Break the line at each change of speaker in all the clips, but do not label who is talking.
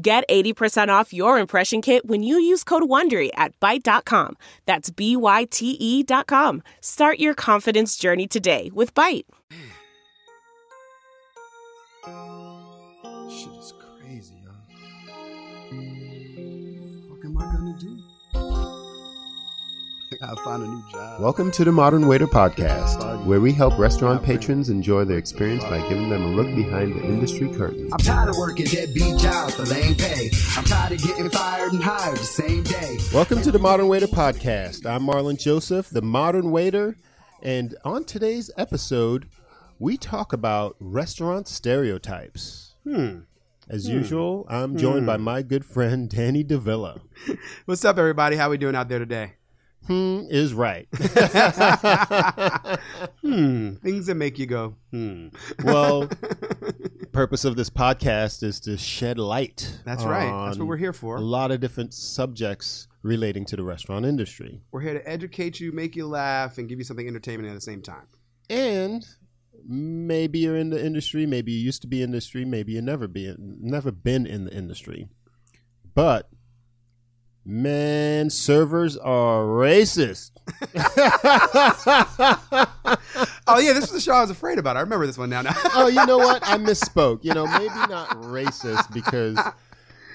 Get 80% off your impression kit when you use code WONDERY at Byte.com. That's B-Y-T-E E dot com. Start your confidence journey today with Byte.
Shit is crazy, y'all. What am I gonna do? I gotta find a new job.
Welcome to the Modern Waiter Podcast, where we help restaurant patrons enjoy their experience by giving them a look behind the industry curtain.
I'm tired of working deadbeat jobs for lame pay. I'm tired of getting fired and hired the same day.
Welcome to the Modern Waiter Podcast. I'm Marlon Joseph, the Modern Waiter, and on today's episode, we talk about restaurant stereotypes. Hmm. As usual, I'm joined by my good friend Danny Davila.
What's up, everybody? How we doing out there today?
Hmm is right.
Hmm, Things that make you go, hmm.
well, purpose of this podcast is to shed light.
That's right. That's
on
what we're here for.
a lot of different subjects relating to the restaurant industry.
We're here to educate you, make you laugh, and give you something entertainment at the same time.
And maybe you're in the industry, maybe you used to be industry, maybe you never be never been in the industry. But man, servers are racist.
Oh yeah, this was the show I was afraid about. I remember this one now. now.
oh, you know what? I misspoke. You know, maybe not racist because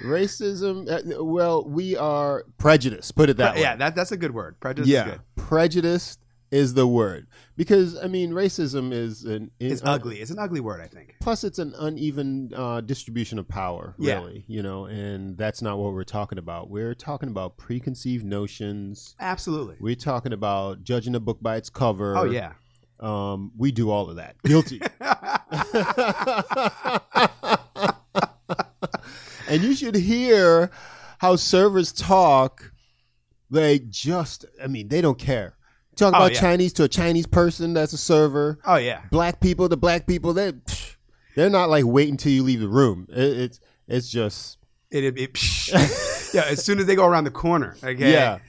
racism uh, well, we are prejudiced, put it that way.
yeah, that, that's a good word. Prejudice
yeah,
is good.
prejudiced is the word because I mean racism is an
It's ugly. It's an ugly word, I think.
Plus, it's an uneven uh, distribution of power,
Yeah.
really. You know, and that's not what we're talking about. We're talking about preconceived notions.
Absolutely.
We're talking about judging a book by its cover.
Oh yeah.
um, we do all of that. Guilty. and you should hear how servers talk. Like, just I mean, they don't care. Talk
Oh,
about
yeah.
Chinese to a Chinese person that's a server
Oh yeah.
black people to black people they they're not like waiting till you leave the room it, it's it's just
It, it, it yeah. As soon as they go around the corner, okay.
yeah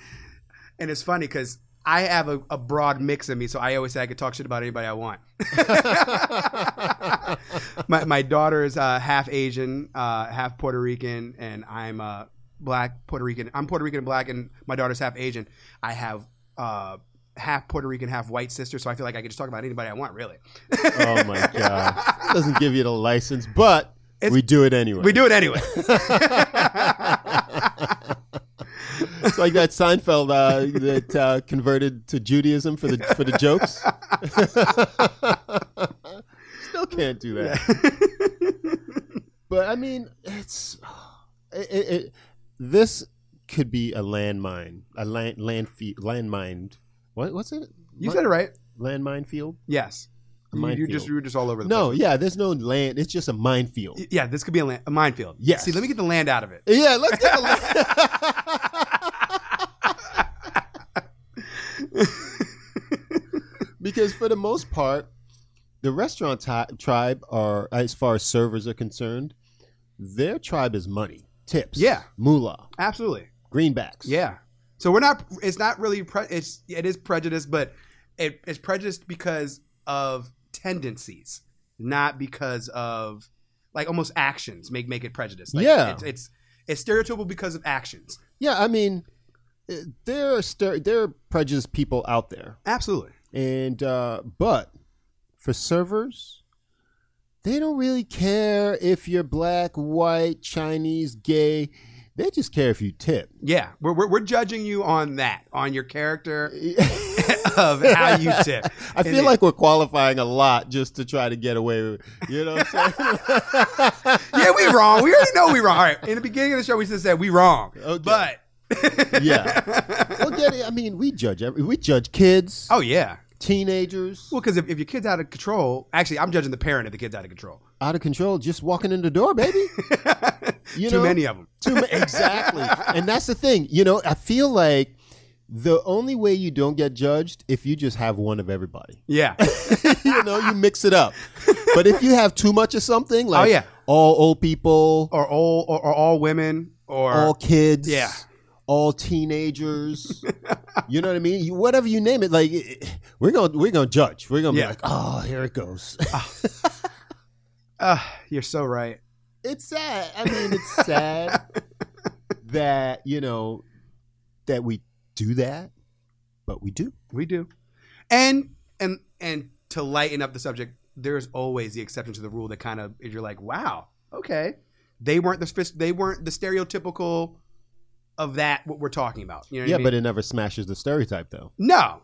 And it's funny because I have a, a broad mix in me, so I always say I could talk shit about anybody I want. my, my daughter is uh, half Asian, uh, half Puerto Rican, and I'm uh, black Puerto Rican. I'm Puerto Rican and black, and my daughter's half Asian. I have uh, half Puerto Rican, half white sister, so I feel like I could just talk about anybody I want, really.
oh my god it doesn't give you the license but we do it anyway
We do it anyway.
it's like that Seinfeld uh, that uh, converted to Judaism for the for the jokes still can't do that but I mean it's it, it, it, this could be a landmine a land land landmine what what's it
you said it right.
landmine field
Yes. You, you
minefield.
just you were just all over the
No,
place.
yeah, there's no land. It's just a minefield.
Yeah, this could be a, land, a minefield.
Yes.
See, let me get the land out of it.
Yeah, let's get a land. because for the most part, the restaurant ti- tribe are, as far as servers are concerned, their tribe is money, tips,
Yeah.
moolah,
Absolutely.
greenbacks.
Yeah. So we're not. It's not really. Pre- it's it is prejudice, but it, it's prejudiced because of tendencies, not because of like almost actions make make it prejudice. Like,
Yeah.
It's, it's it's stereotypical because of actions.
yeah. I mean, uh, there are ster- there are prejudiced people out there.
Absolutely.
and uh, but for servers they don't really care if you're black white chinese gay they just care if you tip
Yeah. We're we're, we're judging you on that on your character of how you tip.
i
And
feel
it-
like we're qualifying a lot just to try to get away with you know what i'm saying
yeah, we wrong. We already know we wrong. All right. In the beginning of the show, we just said we wrong.
Okay.
But
yeah well get it. i mean we judge every, we judge kids
oh yeah,
teenagers
Well, because if, if your kid's out of control, actually, I'm judging the parent if the kid's out of control.
out of control just walking in the door, baby. You
Too
know?
many of them.
Too ma- exactly. And that's the thing. You know, I feel like the only way you don't get judged if you just have one of everybody.
Yeah.
you know, you mix it up. But if you have too much of something, like
Oh, yeah.
all old people,
or all or, or all women or
all kids,
Yeah.
all teenagers, you know what I mean? You, whatever you name it, like it- we're gonna we're gonna judge. We're gonna
Yeah.
be like, oh, here it goes.
Uh, you're so right.
it's sad. I mean, it's sad that you know that we do that, but we do.
We do. And and and to lighten up the subject, there's always the exception to the rule that kind of you're like, wow, okay, they weren't the spec- they weren't the stereotypical of that what we're talking about. You know what
yeah,
I mean?
but it never smashes the stereotype, though.
no,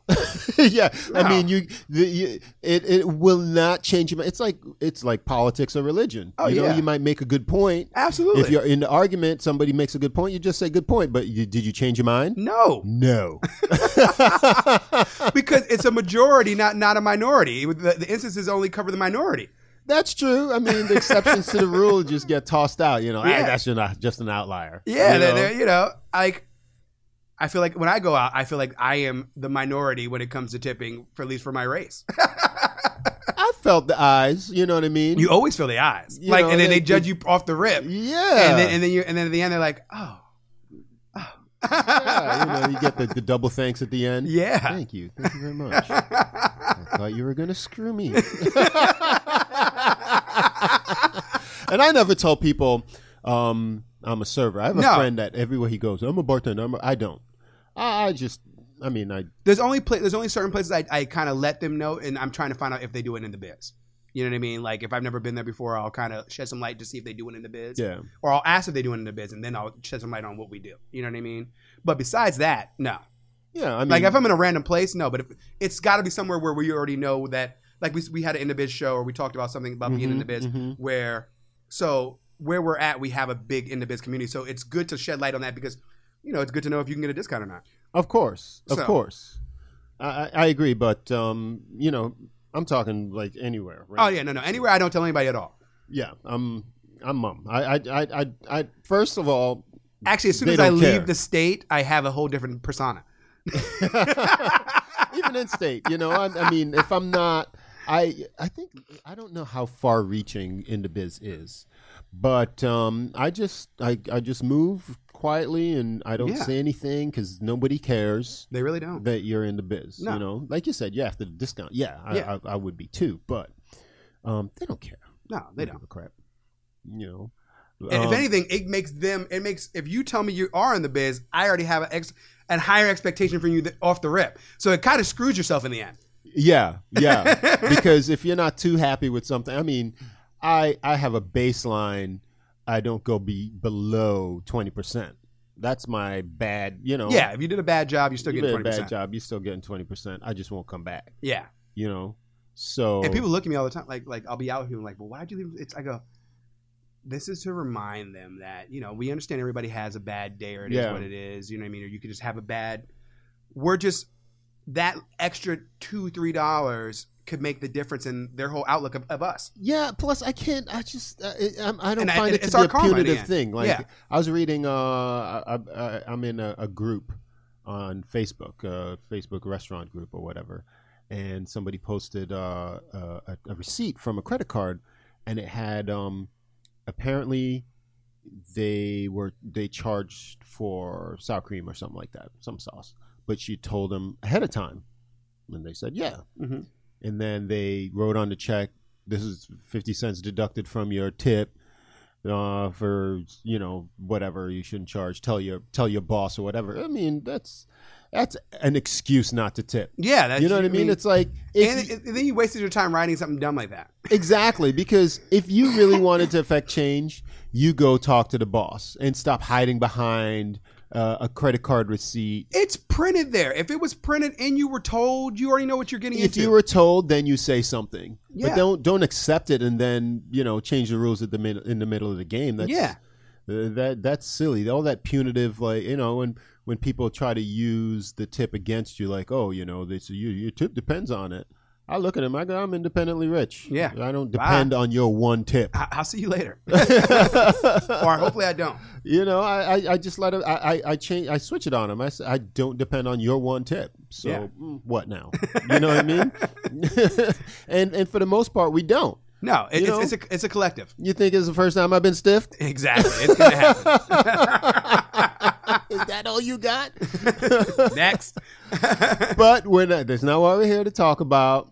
yeah, I
No.
mean, you, the, you, it, it will not change. your mi- It's like it's like politics or religion.
Oh,
you know,
yeah.
you might make a good point.
absolutely.
If you're in the argument, somebody makes a good point, you just say good point. But you, did you change your mind?
no,
No.
because it's a majority, not not a minority. The, the instances only cover the minority.
That's true. I mean, the exceptions to the rule just get tossed out. You know, "Ah,
Yeah.
that's just, not, just an outlier.
Yeah,
You
they're-
know?
they're- you know, like I feel like when I go out, I feel like I am the minority when it comes to tipping, for at least for my race.
I felt the eyes. You know what I mean?
you always feel the eyes,
You
like,
know,
and then
they-
they, judge you off the rip,
yeah.
and then and then you and then at the end they're like, oh, oh,
yeah, you know, you get the, the double thanks at the end.
yeah.
Thank you. Thank you very much. I thought you were going to screw me. and I never tell people um, I'm a server. I have a
No.
friend that everywhere he goes, I'm a bartender. I'm a, I don't. I, I just, I mean, I
there's only pla- there's only certain places I, I kind of let them know, and I'm trying to find out if they do it in the biz. You know what I mean? Like if I've never been there before, I'll kind of shed some light to see if they do it in the biz.
yeah.
or I'll ask if they're doing it in the biz, and then I'll shed some light on what we do. You know what I mean? But besides that, no.
Yeah, I mean,
Like if I'm in a random place, no. But if, it's got to be somewhere where we already know that. Like we we had an in the biz show, or we talked about something about being in the biz,
mhm.
where so where we're at, we have a big in the biz community. So it's good to shed light on that because you know it's good to know if you can get a discount or not.
Of course, of
So-
course. I, I, I agree, but um, you know, I'm talking like anywhere. Right?
Oh yeah, no, no. Anywhere I don't tell anybody at all.
yeah. I'm, I'm mum. I, I, I, I, I. First of all,
Actually, as soon
They
as I
don't care.
leave the state, I have a whole different persona.
even in state, you know, I, I mean, if I'm not, I, I think I don't know how far reaching in the biz is, but um, I just, I, I just move quietly and I don't
Yeah.
say anything because nobody cares.
They really don't.
that you're in the biz.
No.
You know, like you said, yeah, after the discount, yeah, I,
Yeah.
I, I would be too. But um, they don't care.
No, they don't.
give a crap. You know,
And if
Um,
anything, it makes them. It makes if you tell me you are in the biz, I already have an ex, a higher expectation from you that, off the rip. So it kind of screws yourself in the end.
yeah, yeah, because if you're not too happy with something, I mean, I I have a baseline. I don't go be below twenty percent. That's my bad. You know,
Yeah, if you did a bad job, you're still
you
getting
did a
twenty
bad
percent.
job. You're still getting twenty percent. I just won't come back.
Yeah,
You know, so
and people look at me all the time. Like like I'll be out here and like, well, why'd you leave? It's I go. This is to remind them that you know we understand everybody has a bad day or it is
Yeah.
what it is. You know what I mean? Or you could just have a bad. We're just that extra two three dollars could make the difference in their whole outlook of, of us.
Yeah. Plus, I can't. I just. Uh, it, I'm- I don't
And I-
find
and
it
it's
to be
our
a
karma in the
punitive
end.
thing. Like
Yeah.
I was reading. Uh, I, I, I'm in a, a group on Facebook, uh, Facebook restaurant group or whatever, and somebody posted uh, a, a receipt from a credit card, and it had um, apparently they were they charged for sour cream or something like that, some sauce. But you told them ahead of time, and they said yeah.
Mhm.
And then they wrote on the check, "This is fifty cents deducted from your tip uh, for you know whatever you shouldn't charge. Tell your tell your boss or whatever." I mean, that's that's an excuse not to tip.
Yeah, that's,
You know what I mean? It's like if
and,
you-
and then you wasted your time writing something dumb like that.
Exactly, because if you really wanted to affect change, you go talk to the boss and stop hiding behind uh, a credit card receipt.
It's printed there. If it was printed and you were told, you already know what you're getting
If
into.
you were told, then you say something,
Yeah.
but don't don't accept it and then you know change the rules at the mid, in the middle of the game. That's,
yeah,
Uh, that that's silly. All that punitive, like you know, and when people try to use the tip against you, like oh, you know, they say you, your tip depends on it. I look at him. I go, I'm independently rich.
Yeah.
I don't
Bye.
depend on your one tip.
I- I'll see you later. or hopefully I don't.
You know, I, I, I just let him. I, I, I change. I switch it on him. I, s- I don't depend on your one tip. So
Yeah.
mm, what now? You know what I mean? and and for the most part, we don't.
No, it,
You
it's,
know?
it's, a, it's a collective.
You think it's the first time I've been stiffed?
Exactly. It's going to happen.
Is that all you got?
Next.
but we're not. That's not what we're here to talk about.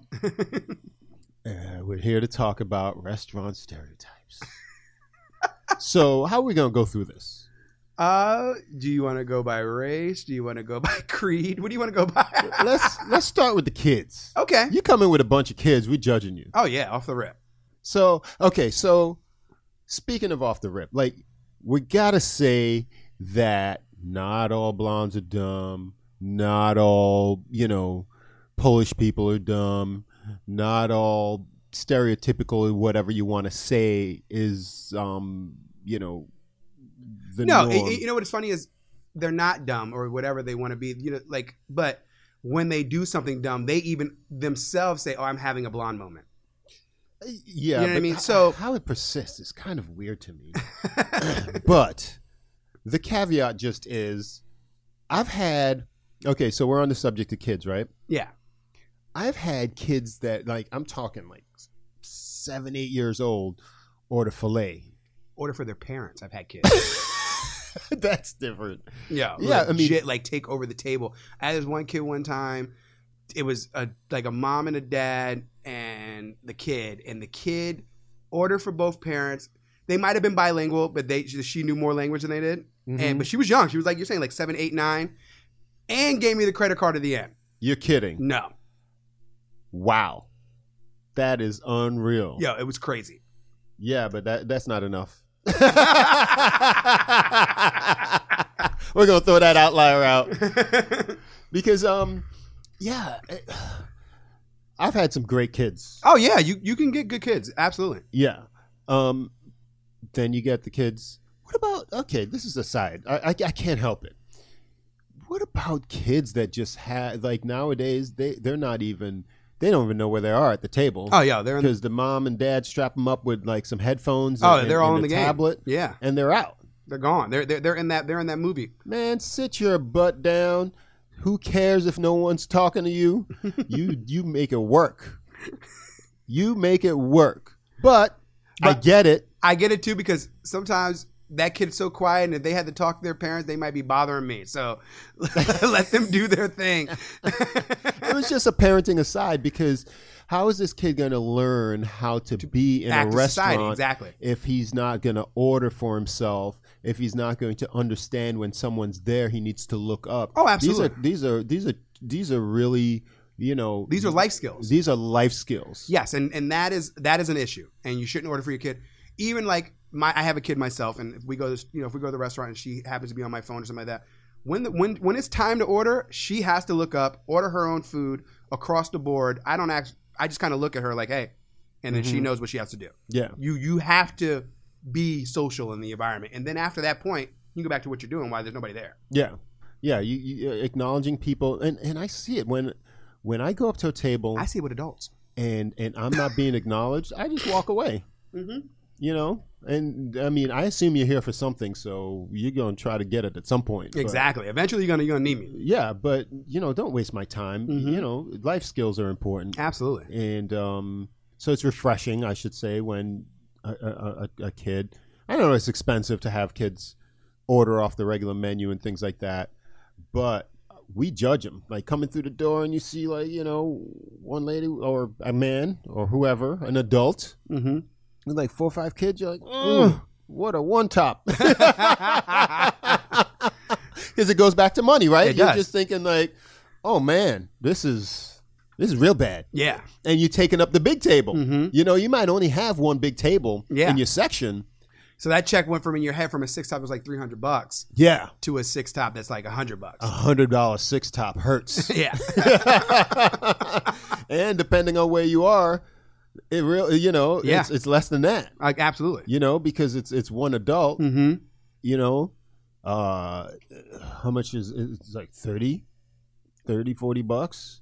Uh, we're here to talk about restaurant stereotypes. so how are we gonna go through this?
Uh, do you want to go by race? Do you want to go by creed? What do you want to go by?
Let's let's start with the kids.
okay.
You come in with a bunch of kids, we judging you.
Oh, yeah, off the rip.
So okay, so speaking of off the rip, like we gotta say that not all blondes are dumb. Not all you know Polish people are dumb. Not all stereotypical whatever you want to say is um you know the
No,
norm.
y- y- you know what's funny is they're not dumb or whatever they want to be. You know, like, but when they do something dumb, they even themselves say, "Oh, I'm having a blonde moment."
yeah,
you know what I
but
mean?
h-
So-
how it persists is kind of weird to me. but the caveat just is I've had okay, so we're on the subject of kids, right?
Yeah,
I've had kids that like I'm talking like seven, eight years old order fillet.
order for their parents. I've had kids.
That's different.
yeah,
Yeah, I mean-
legit, like take over the table. I had this one kid one time. It was a like a mom and a dad and the kid, and the kid ordered for both parents. They might have been bilingual, but they she knew more language than they did.
Mm-hmm.
And but she was young. She was like you're saying, like seven, eight, nine, and gave me the credit card at the end.
You're kidding.
No.
Wow. That is unreal.
Yo, it was crazy.
Yeah, but that that's not enough. We're gonna throw that outlier out. because um yeah it- i've had some great kids
oh yeah, you, you can get good kids. Absolutely.
yeah um then you get the kids what about okay this is a side i i, I can't help it what about kids that just have like nowadays they they're not even they don't even know where they are at the table
Oh yeah, they're in the,
because the mom and dad strap them up with like some headphones
oh
and-
they're all
and
in the
a
game.
tablet
Yeah,
and they're out
they're gone. They're, they're they're in that they're in that movie.
Man, sit your butt down. Who cares if no one's talking to you? you you make it work. You make it work. But, I
But-
get it.
I get it too because sometimes that kid's so quiet, and if they had to talk to their parents, they might be bothering me. So let them do their thing.
It was just a parenting aside because how is this kid going to learn how to, be in a
Back to society,
restaurant
exactly.
if he's not going to order for himself? If he's not going to understand when someone's there, he needs to look up.
Oh,
These are these are these are these are really you know
These are life skills.
these are life skills.
Yes, and and that is that is an issue, and you shouldn't order for your kid. Even like my, I have a kid myself, and if we go, to, you know, if we go to the restaurant and she happens to be on my phone or something like that, when the, when when it's time to order, she has to look up, order her own food across the board. I don't act. I just kind of look at her like, hey, and then
Mm-hmm.
she knows what she has to do.
Yeah.
You you have to be social in the environment, and then after that point, you go back to what you're doing. Why there's nobody there?
Yeah, yeah. You, you uh, acknowledging people, and and I see it when when I go up to a table
I see it with adults.
and and I'm not being acknowledged, I just walk away.
Mhm.
You know, and I mean, I assume you're here for something, so you're gonna try to get it at some point. but-
Exactly. Eventually, you're gonna you're gonna need me.
yeah, but you know, don't waste my time.
Mhm.
You know, life skills are important,
Absolutely.
and um, so it's refreshing, I should say, when a, a, a, a kid. I know it's expensive to have kids order off the regular menu and things like that, but we judge them. Like coming through the door and you see, like you know, one lady or a man or whoever, an adult,
Mm-hmm.
with like four or five kids. You're like, "Ugh, what a one top. Because it goes back to money, right?
It
You're
does.
just thinking like, oh man, this is this is real bad
Yeah.
and you're taking up the big table.
Mhm.
You know, you might only have one big table
Yeah.
in your section.
So that check went from in your head from a six top was like three hundred bucks
Yeah,
to a six top that's like a hundred bucks.
a hundred dollar six top hurts.
Yeah,
and depending on where you are, it real you know
Yeah.
it's, it's less than that.
like absolutely.
You know because it's it's one adult
Mm-hmm.
you know uh how much is it's like 30 30 40 bucks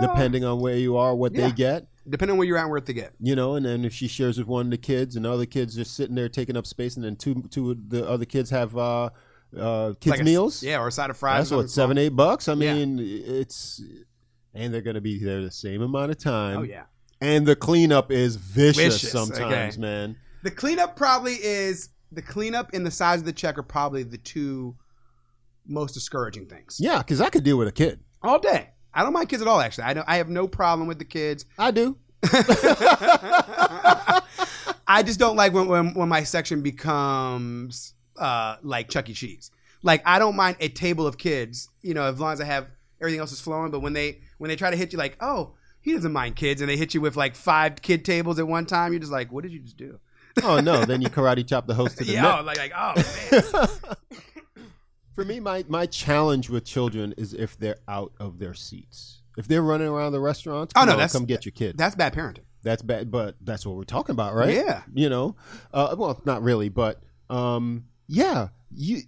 depending on where you are what
yeah.
they get
depending on where you're at and where to get.
you know and then if she shares with one of the kids and the other kids just sitting there taking up space and then two two of the other kids have uh uh kids
Like a s-
meals
yeah, or a side of fries.
that's
or
what
something
seven eight bucks i
Yeah.
mean it's and they're gonna be there the same amount of time
small. Oh yeah.
and the cleanup is vicious,
Vicious,
sometimes
okay.
man
The cleanup probably is the cleanup and the size of the check are probably the two most discouraging things.
yeah because i could deal with a kid
All day. I don't mind kids at all. Actually, I don't, I have no problem with the kids.
i do
I just don't like when when, when my section becomes uh, like Chuck E. Cheese. Like I don't mind a table of kids, you know, as long as I have everything else is flowing. But when they when they try to hit you, like, oh, he doesn't mind kids, and they hit you with like five kid tables at one time, you're just like, what did you just do?
oh no then you karate chop the host to the
Yeah,
neck
oh, like, like oh man,
For me, my, my challenge with children is if they're out of their seats. If they're running around the restaurant,
Oh,
come
no,
on,
that's-
come get your kid.
that's bad parenting.
that's bad, but that's what we're talking about, right?
Yeah.
You know, uh, well, not really, but um, yeah, you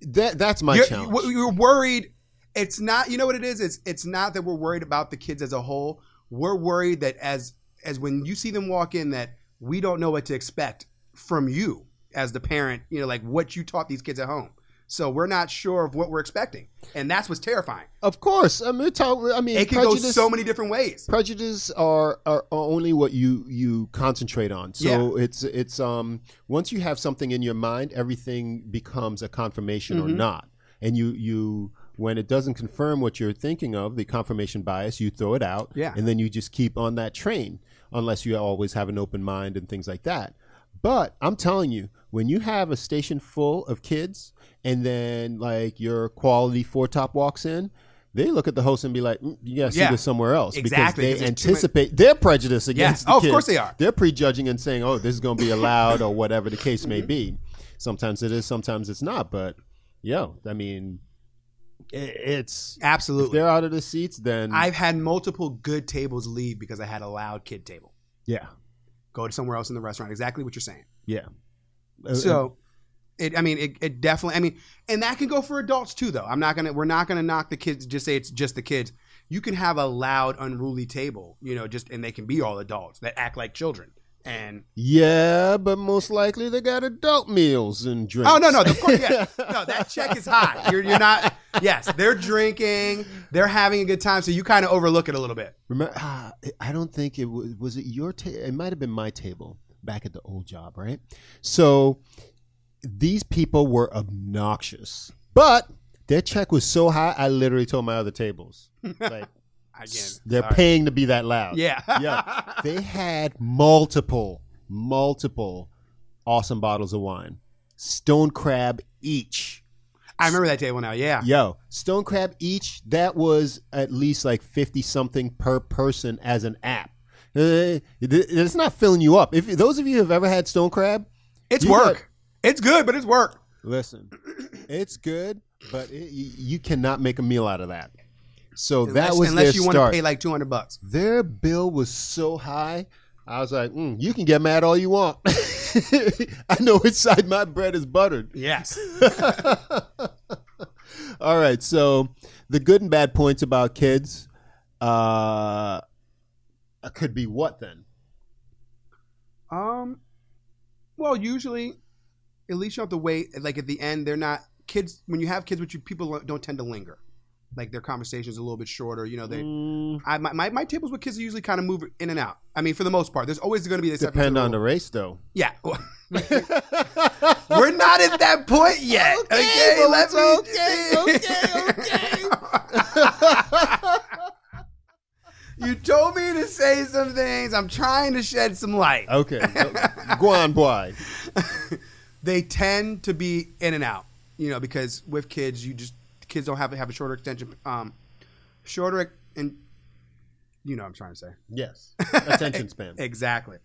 that that's my
you're,
challenge.
you- you're worried. It's not. You know what it is? It's it's not that we're worried about the kids as a whole. We're worried that as as when you see them walk in, that we don't know what to expect from you as the parent. You know, like what you taught these kids at home. So we're not sure of what we're expecting, and that's what's terrifying.
of course, I mean, talk, I mean
It can go
prejudice.
so many different ways.
prejudice are, are are only what you you concentrate on so it's it's um once you have something in your mind everything becomes a confirmation
Mm-hmm.
or not and you you when it doesn't confirm what you're thinking of the confirmation bias you throw it out
Yeah.
and then you just keep on that train unless you always have an open mind and things like that but i'm telling you when you have a station full of kids and then like your quality four top walks in they look at the host and be like, "Mm, "You gotta see
Yeah.
this somewhere else."
Exactly,
because
'cause
they
there's too many-
anticipate their prejudice against.
Oh,
the
of
kid.
course they are.
They're prejudging and saying, "Oh, this is going to be allowed," or whatever the case
Mm-hmm.
may be. Sometimes it is, sometimes it's not. But yo, I mean, i it's if
Absolutely.
they're out of the seats, then
I've had multiple good tables leave because I had a loud kid table.
yeah,
Go to somewhere else in the restaurant. Exactly what you're saying.
yeah. Uh,
So, it, I mean, it, it definitely. I mean, and that can go for adults too, though. I'm not gonna. We're not gonna knock the kids. Just say it's just the kids. You can have a loud, unruly table. You know, just and they can be all adults that act like children. And
yeah, but most likely they got adult meals and drinks.
oh no, no, of course, yeah, no, that check is high. You're, you're not. Yes, they're drinking. They're having a good time. So you kind of overlook it a little bit.
Remember, ah, I don't think it was. Was it your table? It might have been my table back at the old job, right? So these people were obnoxious, but their check was so high, I literally told my other tables, like
Again,
they're
sorry.
paying to be that loud.
Yeah.
yeah. They had multiple, multiple awesome bottles of wine, stone crab each.
I remember that table now. Yeah.
Yo, stone crab each. That was at least like fifty something per person as an app. Uh, it- It's not filling you up. If those of you have ever had stone crab,
It's
You
work. it's good, but it's work.
listen, it's good, but it, you you cannot make a meal out of that. So that
Unless-
was
unless
their
you
start.
to pay like 200 bucks.
their bill was so high. I was like, mm, you can get mad all you want. I know which side my bread is buttered.
Yes.
All right, so the good and bad points about kids uh, could be what then?
Um, well, usually, at least you don't have to wait. Like at the end, they're not kids. When you have kids with you, people don't tend to linger. Like their conversations a little bit shorter. You know, they. I, my, my my tables with kids usually kind of move in and out. I mean, for the most part, there's always going to be this.
Depend on the race, though.
Yeah. We're not at that point yet. Okay,
but
let
it's
me- you told me to say some things. I'm trying to shed some light.
okay, so, go on, boy.
they tend to be in and out, you know, because with kids, you just kids don't have have a shorter extension, um, shorter and you know what I'm trying to say
Yes, attention span.
exactly,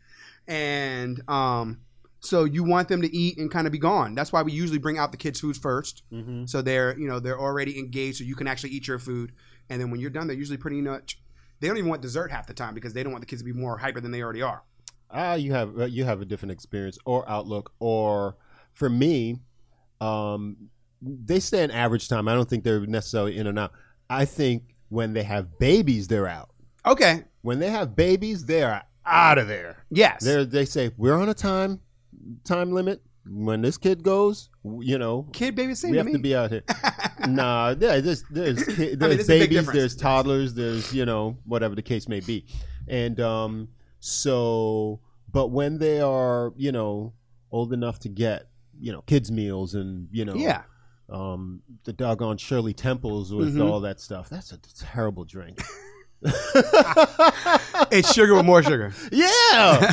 and um, so you want them to eat and kind of be gone. That's why we usually bring out the kids' foods 1st
Mm-hmm.
so they're you know they're already engaged, so you can actually eat your food, and then when you're done, they're usually pretty much they don't even want dessert half the time because they don't want the kids to be more hyper than they already are.
Ah, you have uh, you have a different experience or outlook. Or for me, Um, they stay in average time. I don't think they're necessarily in and out. I think when they have babies, they're out.
Okay.
When they have babies, they are out of there.
Yes.
They they say we're on a time time limit. When this kid goes, you know,
Kid baby, same
we
to
have
me.
to be out here. nah, there- there's there's ki- there's
this is a
babies,
big difference.
there's toddlers, there's you know whatever the case may be, and um so but when they are you know old enough to get you know kids meals and you know
yeah.
um the doggone Shirley Temples with
Mhm.
all that stuff that's a terrible drink.
It's sugar with more sugar.
yeah,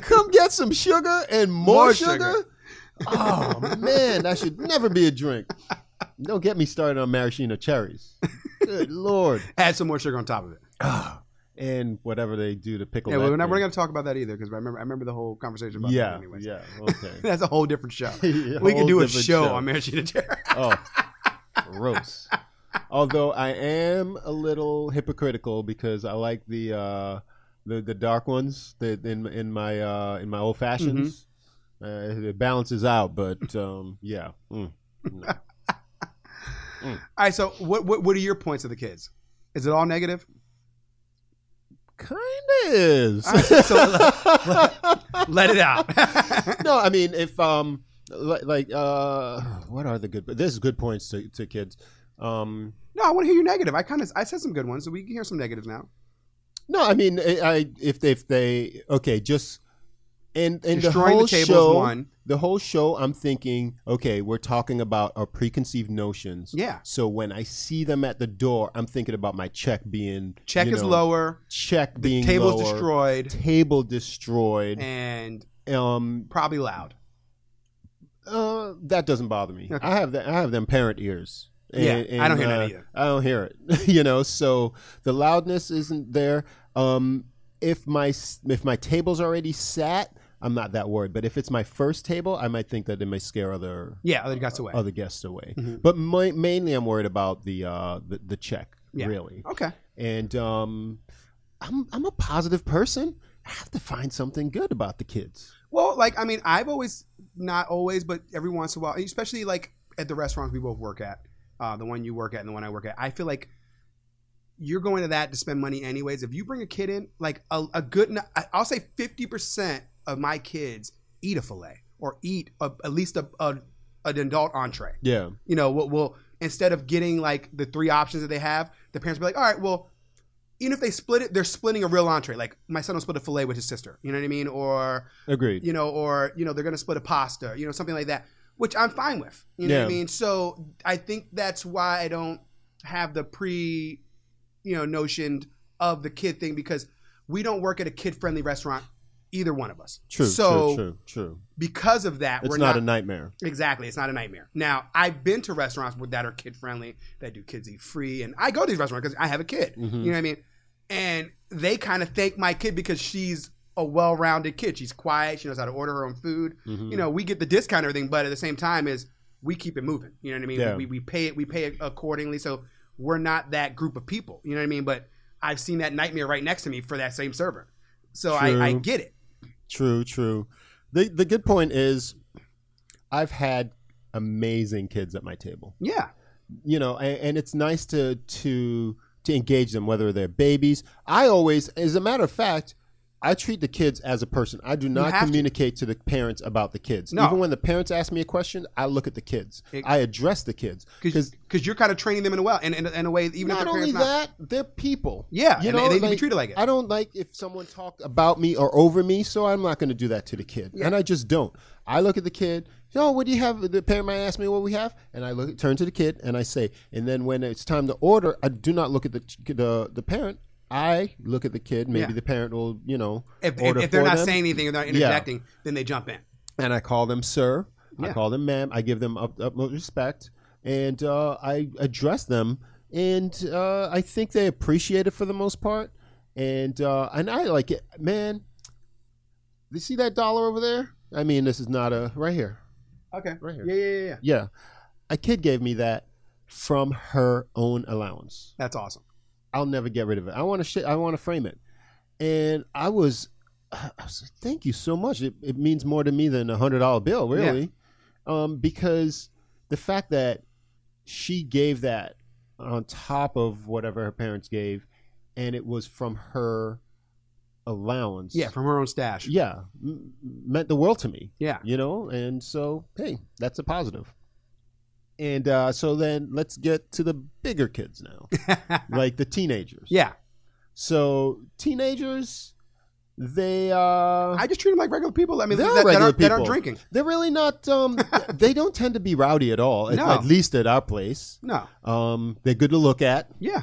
come get some sugar and more,
More
sugar.
sugar.
Oh man, that should never be a drink. Don't get me started on maraschino cherries. Good lord.
Add some more sugar on top of it.
and whatever they do to pickle.
Yeah,
that
we're not, we're not
thing.
going to talk about that either because I remember I remember the whole conversation about
Yeah,
that anyways.
yeah, okay.
That's a whole different show.
A
we could
whole
do a
different
show,
show.
on Maraschino Terror.
oh, gross. Although I am a little hypocritical because I like the uh, the the dark ones that in in my uh, in my old fashions.
Mm-hmm.
Uh, it balances out, but um, yeah. Mm.
All right, so what, what what are your points of the kids? Is it all negative?
Kind of is.
All right, so let, let- let it out.
no, I mean if um li- like uh what are the good there's good points to, to kids. Um
no, I want to hear your negative. I kind of I said some good ones, so we can hear some negatives now.
No, I mean, I, I if if they okay, just and and the
Destroying the
whole
table is
show,
one.
the whole show, I'm thinking, okay, we're talking about our preconceived notions.
Yeah.
So when I see them at the door, I'm thinking about my check being
Check
you
is
know,
lower,
check
the
being
table's
lower,
destroyed,
table destroyed.
and
um,
probably loud.
uh, that doesn't bother me.
Okay.
I have that. I have them parent ears.
Yeah, I don't hear that
uh,
either.
I don't hear it. you know, so the loudness isn't there. Um, if my s- if my table's already sat, I'm not that worried. But if it's my first table, I might think that it may scare other
Yeah, other guys away.
other guests away.
Mhm.
But my, mainly, I'm worried about the uh, the, the check
Yeah.
really.
Okay.
And um, I'm I'm a positive person. I have to find something good about the kids.
Well, like I mean, I've always not always, but every once in a while, especially like at the restaurants we both work at, uh, the one you work at and the one I work at. I feel like you're going to that to spend money anyways. If you bring a kid in, like a, a good, n- I- I'll say fifty percent of my kids eat a fillet or eat a, at least a, a an adult entree.
Yeah.
You know, we'll, we'll instead of getting like the three options that they have, the parents be like, all right, well. Even if they split it, they're splitting a real entree. Like my son will split a fillet with his sister. You know what I mean? Or
Agreed.
you know, or you know, they're gonna split a pasta, you know, something like that, which I'm fine with. You know what
Yeah.
I mean? So I think that's why I don't have the pre, you know, notioned of the kid thing because we don't work at a kid friendly restaurant, either one of us.
True.
So
true. True. True.
because of that,
It's
we're
not
not,
a nightmare.
exactly it's not a nightmare. Now I've been to restaurants with- that are kid friendly that do kids eat free, and I go to these restaurants because I have a kid.
Mhm.
You know what I mean? And they kind of thank my kid because she's a well rounded kid. She's quiet. She knows how to order her own food
Mhm.
you know we get the discount and everything but at the same time is we keep it moving you know what i mean
Yeah.
we, we pay it we pay it accordingly so we're not that group of people you know what i mean but i've seen that nightmare right next to me for that same server so
True.
I, I get it
True, true. The the good point is I've had amazing kids at my table.
yeah
You know, and, and it's nice to to to engage them whether they're babies. I always as a matter of fact, I treat the kids as a person. I do not
have to.
communicate to. the parents about the kids.
No.
Even when the parents ask me a question, I look at the kids.
It-
I address the kids
because you're kind of training them in a well and in, a- in a way even if
not
their
only
parents not
that, they're people.
Yeah, and they- they need to be treated like it.
I don't like if someone talked about me or over me, so I'm not going to do that to the kid, and I just don't. I look at the kid. Yo, what do you have? The parent might ask me what we have, and I look, turn to the kid, and I say. And then when it's time to order, I do not look at the the, the parent. I look at the kid. Maybe
Yeah.
the parent will, you know,
if, if,
order
if they're
for
not
them
saying anything or they're not interjecting then they jump in
and I call them sir. I
Yeah.
call them ma'am. I give them up, utmost respect, and uh, I address them, and uh, I think they appreciate it for the most part. And uh, and I like it, man. You see that dollar over there? I mean, this is not a right here.
okay
Right here.
yeah yeah yeah, yeah.
Yeah, a kid gave me that from her own allowance.
that's awesome
I'll never get rid of it. I want to shit. I want to frame it. And I was, I was like, thank you so much. It, it means more to me than a hundred dollar bill, really, um, because the fact that she gave that on top of whatever her parents gave, and it was from her allowance.
Yeah, from her own stash.
yeah, m- meant the world to me.
Yeah.
you know, and so hey, that's a positive. And uh, so then let's get to the bigger kids now, like the teenagers.
yeah.
So teenagers, they uh,
I just treat them like regular people. I mean,
They
that,
are
that,
regular
aren't, that aren't
people.
drinking.
they're really not. Um, they don't tend to be rowdy at all. At,
No.
at least at our place.
No.
Um, they're good to look at,
Yeah.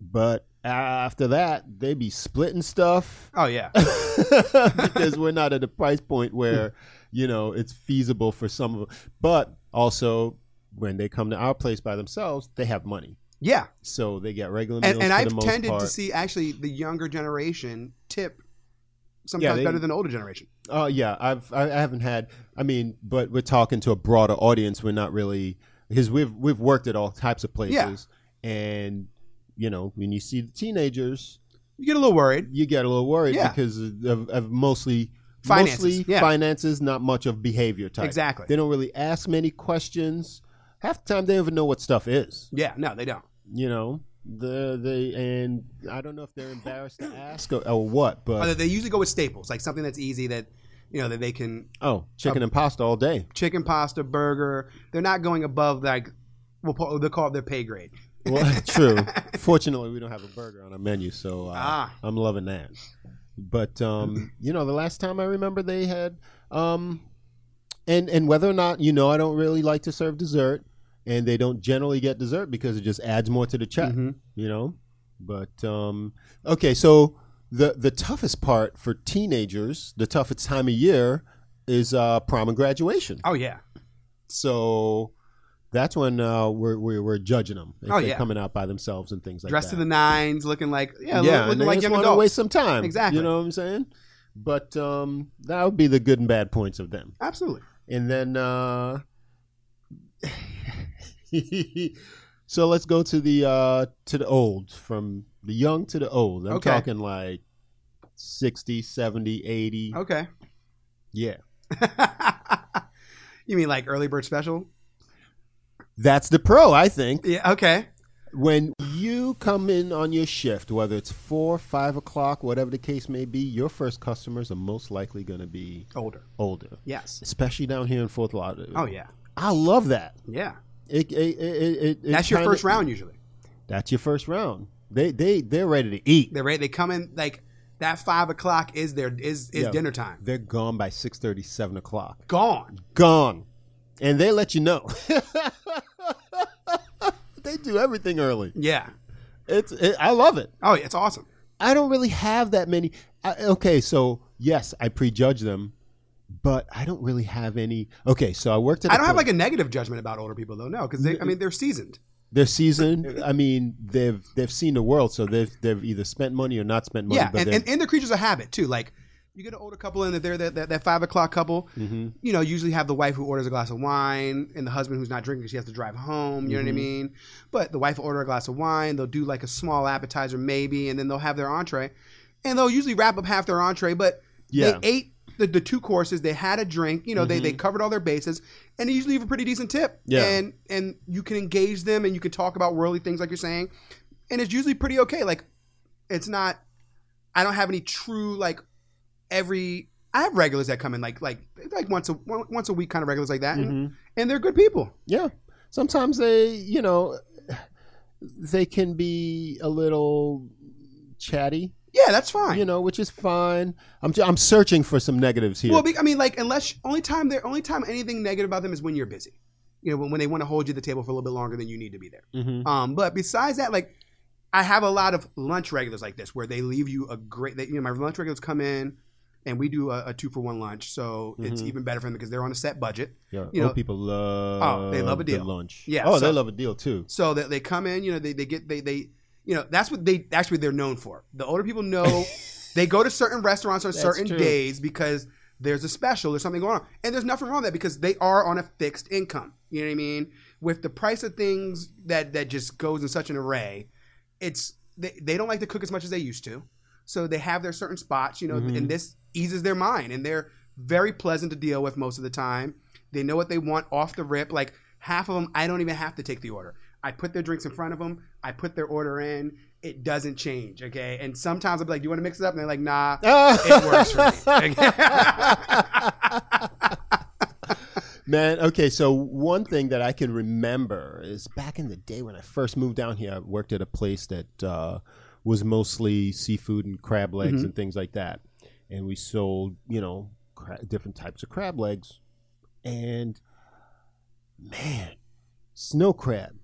but after that, they be splitting stuff
Oh, yeah.
because we're not at a price point where you know it's feasible for some of them. But also, when they come to our place by themselves, they have money,
Yeah.
so they get regular meals.
And, and
for
I've
the most
tended
part.
to see actually the younger generation tip sometimes
they-
better than the older generation.
Oh yeah, I've I, I haven't had. I mean, but we're talking to a broader audience. We're not really because we've we've worked at all types of places, and you know when you see the teenagers,
You get a little worried.
you get a little worried
Yeah.
because of, of mostly
Finances,
mostly
yeah.
finances, not much of behavior type.
Exactly.
They don't really ask many questions. Half the time, they don't even know what stuff is.
Yeah. No, they don't.
You know. The they and I don't know if they're embarrassed to ask or, or what,
Uh,
but
They usually go with staples, like something that's easy that, you know, that they Um, can
oh, chicken and pasta all day.
chicken, pasta, burger. They're not going above like, we'll call, they'll call it their pay grade.
Well, true. Fortunately, we don't have a burger on our menu, so uh,
Ah.
I'm loving that. But um, you know, the last time I remember, they had um, and and whether or not you know, I don't really like to serve dessert, and they don't generally get dessert because it just adds more to the check,
Mm-hmm.
you know. But um, okay, so the the toughest part for teenagers, the toughest time of year, is uh, prom and graduation.
Oh, yeah.
So that's when uh, we're, we're we're judging them if
Oh,
they're
yeah.
coming out by themselves and things like
Dressed to
that.
the nines, looking like, yeah,
yeah,
looking
and they
like
just
young
wanna
adults.
waste some time.
Exactly.
you know what I'm saying. But um, that would be the good and bad points of them.
Absolutely.
And then, uh, so let's go to the uh, to the old, from the young to the old. I'm
Okay.
talking like 60, 70, 80.
Okay.
Yeah,
you mean like early bird special?
that's the pro, I think.
Yeah. Okay.
when you come in on your shift, whether it's four, five o'clock, whatever the case may be, your first customers are most likely going to be
Older.
older,
Yes.
especially down here in Fort Lauderdale.
Oh yeah.
I love that.
Yeah.
It, it, it, it, it- it
That's your
kinda-
first round usually.
That's your first round. They they they're ready to eat.
They're right. They come in like that five o'clock is their is is
Yeah.
dinner time.
They're gone by six thirty, seven o'clock.
Gone.
Gone, and they let you know. they do everything early.
Yeah.
It's it, I love it.
Oh, it's awesome.
I don't really have that many. I, okay, so yes, I prejudge them, but I don't really have any. Okay, so I worked at.
I don't have like a negative judgment about older people though. No, because they I mean they're seasoned.
They're seasoned. I mean, they've they've seen the world, so they've they've either spent money or not spent money.
yeah,
but
and,
they're-
and and they're creatures of habit too. Like you get an older couple in that they're that, that, that five o'clock couple.
Mm-hmm.
You know, usually have the wife who orders a glass of wine and the husband who's not drinking. 'cause She has to drive home. You know what I mean? But the wife will order a glass of wine. They'll do like a small appetizer maybe, and then they'll have their entree, and they'll usually wrap up half their entree. But
Yeah. Mm-hmm.
they ate. The, the two courses they had a drink you know they, they covered all their bases and they usually have a pretty decent tip
Yeah.
and and you can engage them and you can talk about worldly things like you're saying and it's usually pretty okay like it's not I don't have any true like every I have regulars that come in like like like once a one- once a week kind of regulars like that
Mm-hmm.
and, and they're good people.
yeah, sometimes they you know they can be a little chatty,
Yeah, that's fine.
you know, which is fine. I'm ju- I'm searching for some negatives here.
Well, be, I mean like unless only time they only time anything negative about them is when you're busy. You know, when, when they want to hold you at the table for a little bit longer than you need to be there.
Mm-hmm.
Um but besides that like I have a lot of lunch regulars like this where they leave you a great they, you know my lunch regulars come in and we do a, a two for one lunch, so it's even better for them because they're on a set budget.
yeah,
you
old
know-
people love
Oh, they love a
the
deal.
lunch.
Yeah,
oh, they
so-
love a deal too.
So that they come in, you know, they, they get they they you know that's what they that's what they're known for. The older people know they go to certain restaurants on certain
true.
days because there's a special, there's something going on, and there's nothing wrong with that because they are on a fixed income. You know what I mean? With the price of things that that just goes in such an array, it's they, they don't like to cook as much as they used to, so they have their certain spots, you know,
Mm-hmm.
and this eases their mind, and they're very pleasant to deal with most of the time. They know what they want off the rip, like Half of them, I don't even have to take the order. I put their drinks in front of them. I put their order in. It doesn't change, okay? And sometimes I'll be like, "Do you want to mix it up?" And they're like, "Nah, it works for me."
Man, okay, so one thing that I can remember is back in the day when I first moved down here, I worked at a place that uh, was mostly seafood and crab legs and things like that. And we sold, you know, cra- different types of crab legs. And man, snow crab.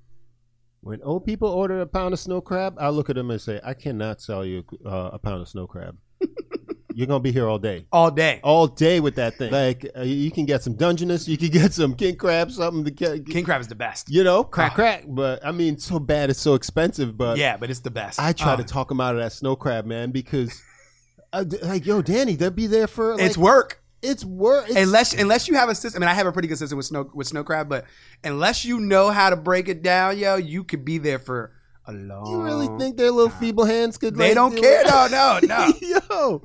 When old people order a pound of snow crab, I look at them and say, I cannot sell you uh, a pound of snow crab. You're going to be here all day
All day.
all day with that thing. Like uh, you can get some Dungeness, you can get some king crab, something to get,
King crab is the best.
you know, crack crack. But I mean, so bad it's so expensive. But
Yeah, but it's the best.
I try
Oh,
to talk them out of that snow crab, man, because uh, d- like yo, Danny, they'll be there for like,
it's work.
It's worth. It's,
unless unless you have a system, and I have a pretty good system with snow with snow crab, but unless you know how to break it down, yo, you could be there for a long.
you really think their little feeble hands could?
they
like,
don't
do
care?
it?
No, no, no.
yo,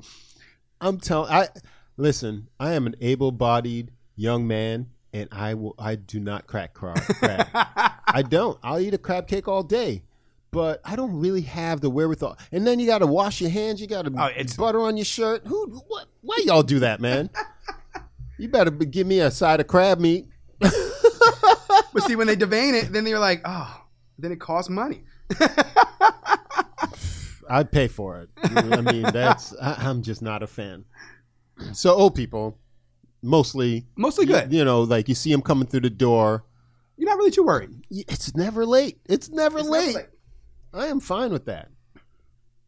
I'm telling. I listen. I am an able-bodied young man, and I will. I do not crack crab. crab. I don't. I'll eat a crab cake all day, but I don't really have the wherewithal. And then you got to wash your hands. You got to
Oh, it's-
butter on your shirt. Who? What? Why y'all do that, man? you better be- give me a side of crab meat.
but see, when they devein it, then they're like, oh, then it costs money.
I'd pay for it. I mean, that's. I, I'm just not a fan. So old people, mostly
Mostly good.
You know, like you see them coming through the door.
You're not really too worried.
Y- It's never late. It's never
It's never
late.
like-
I am fine with that.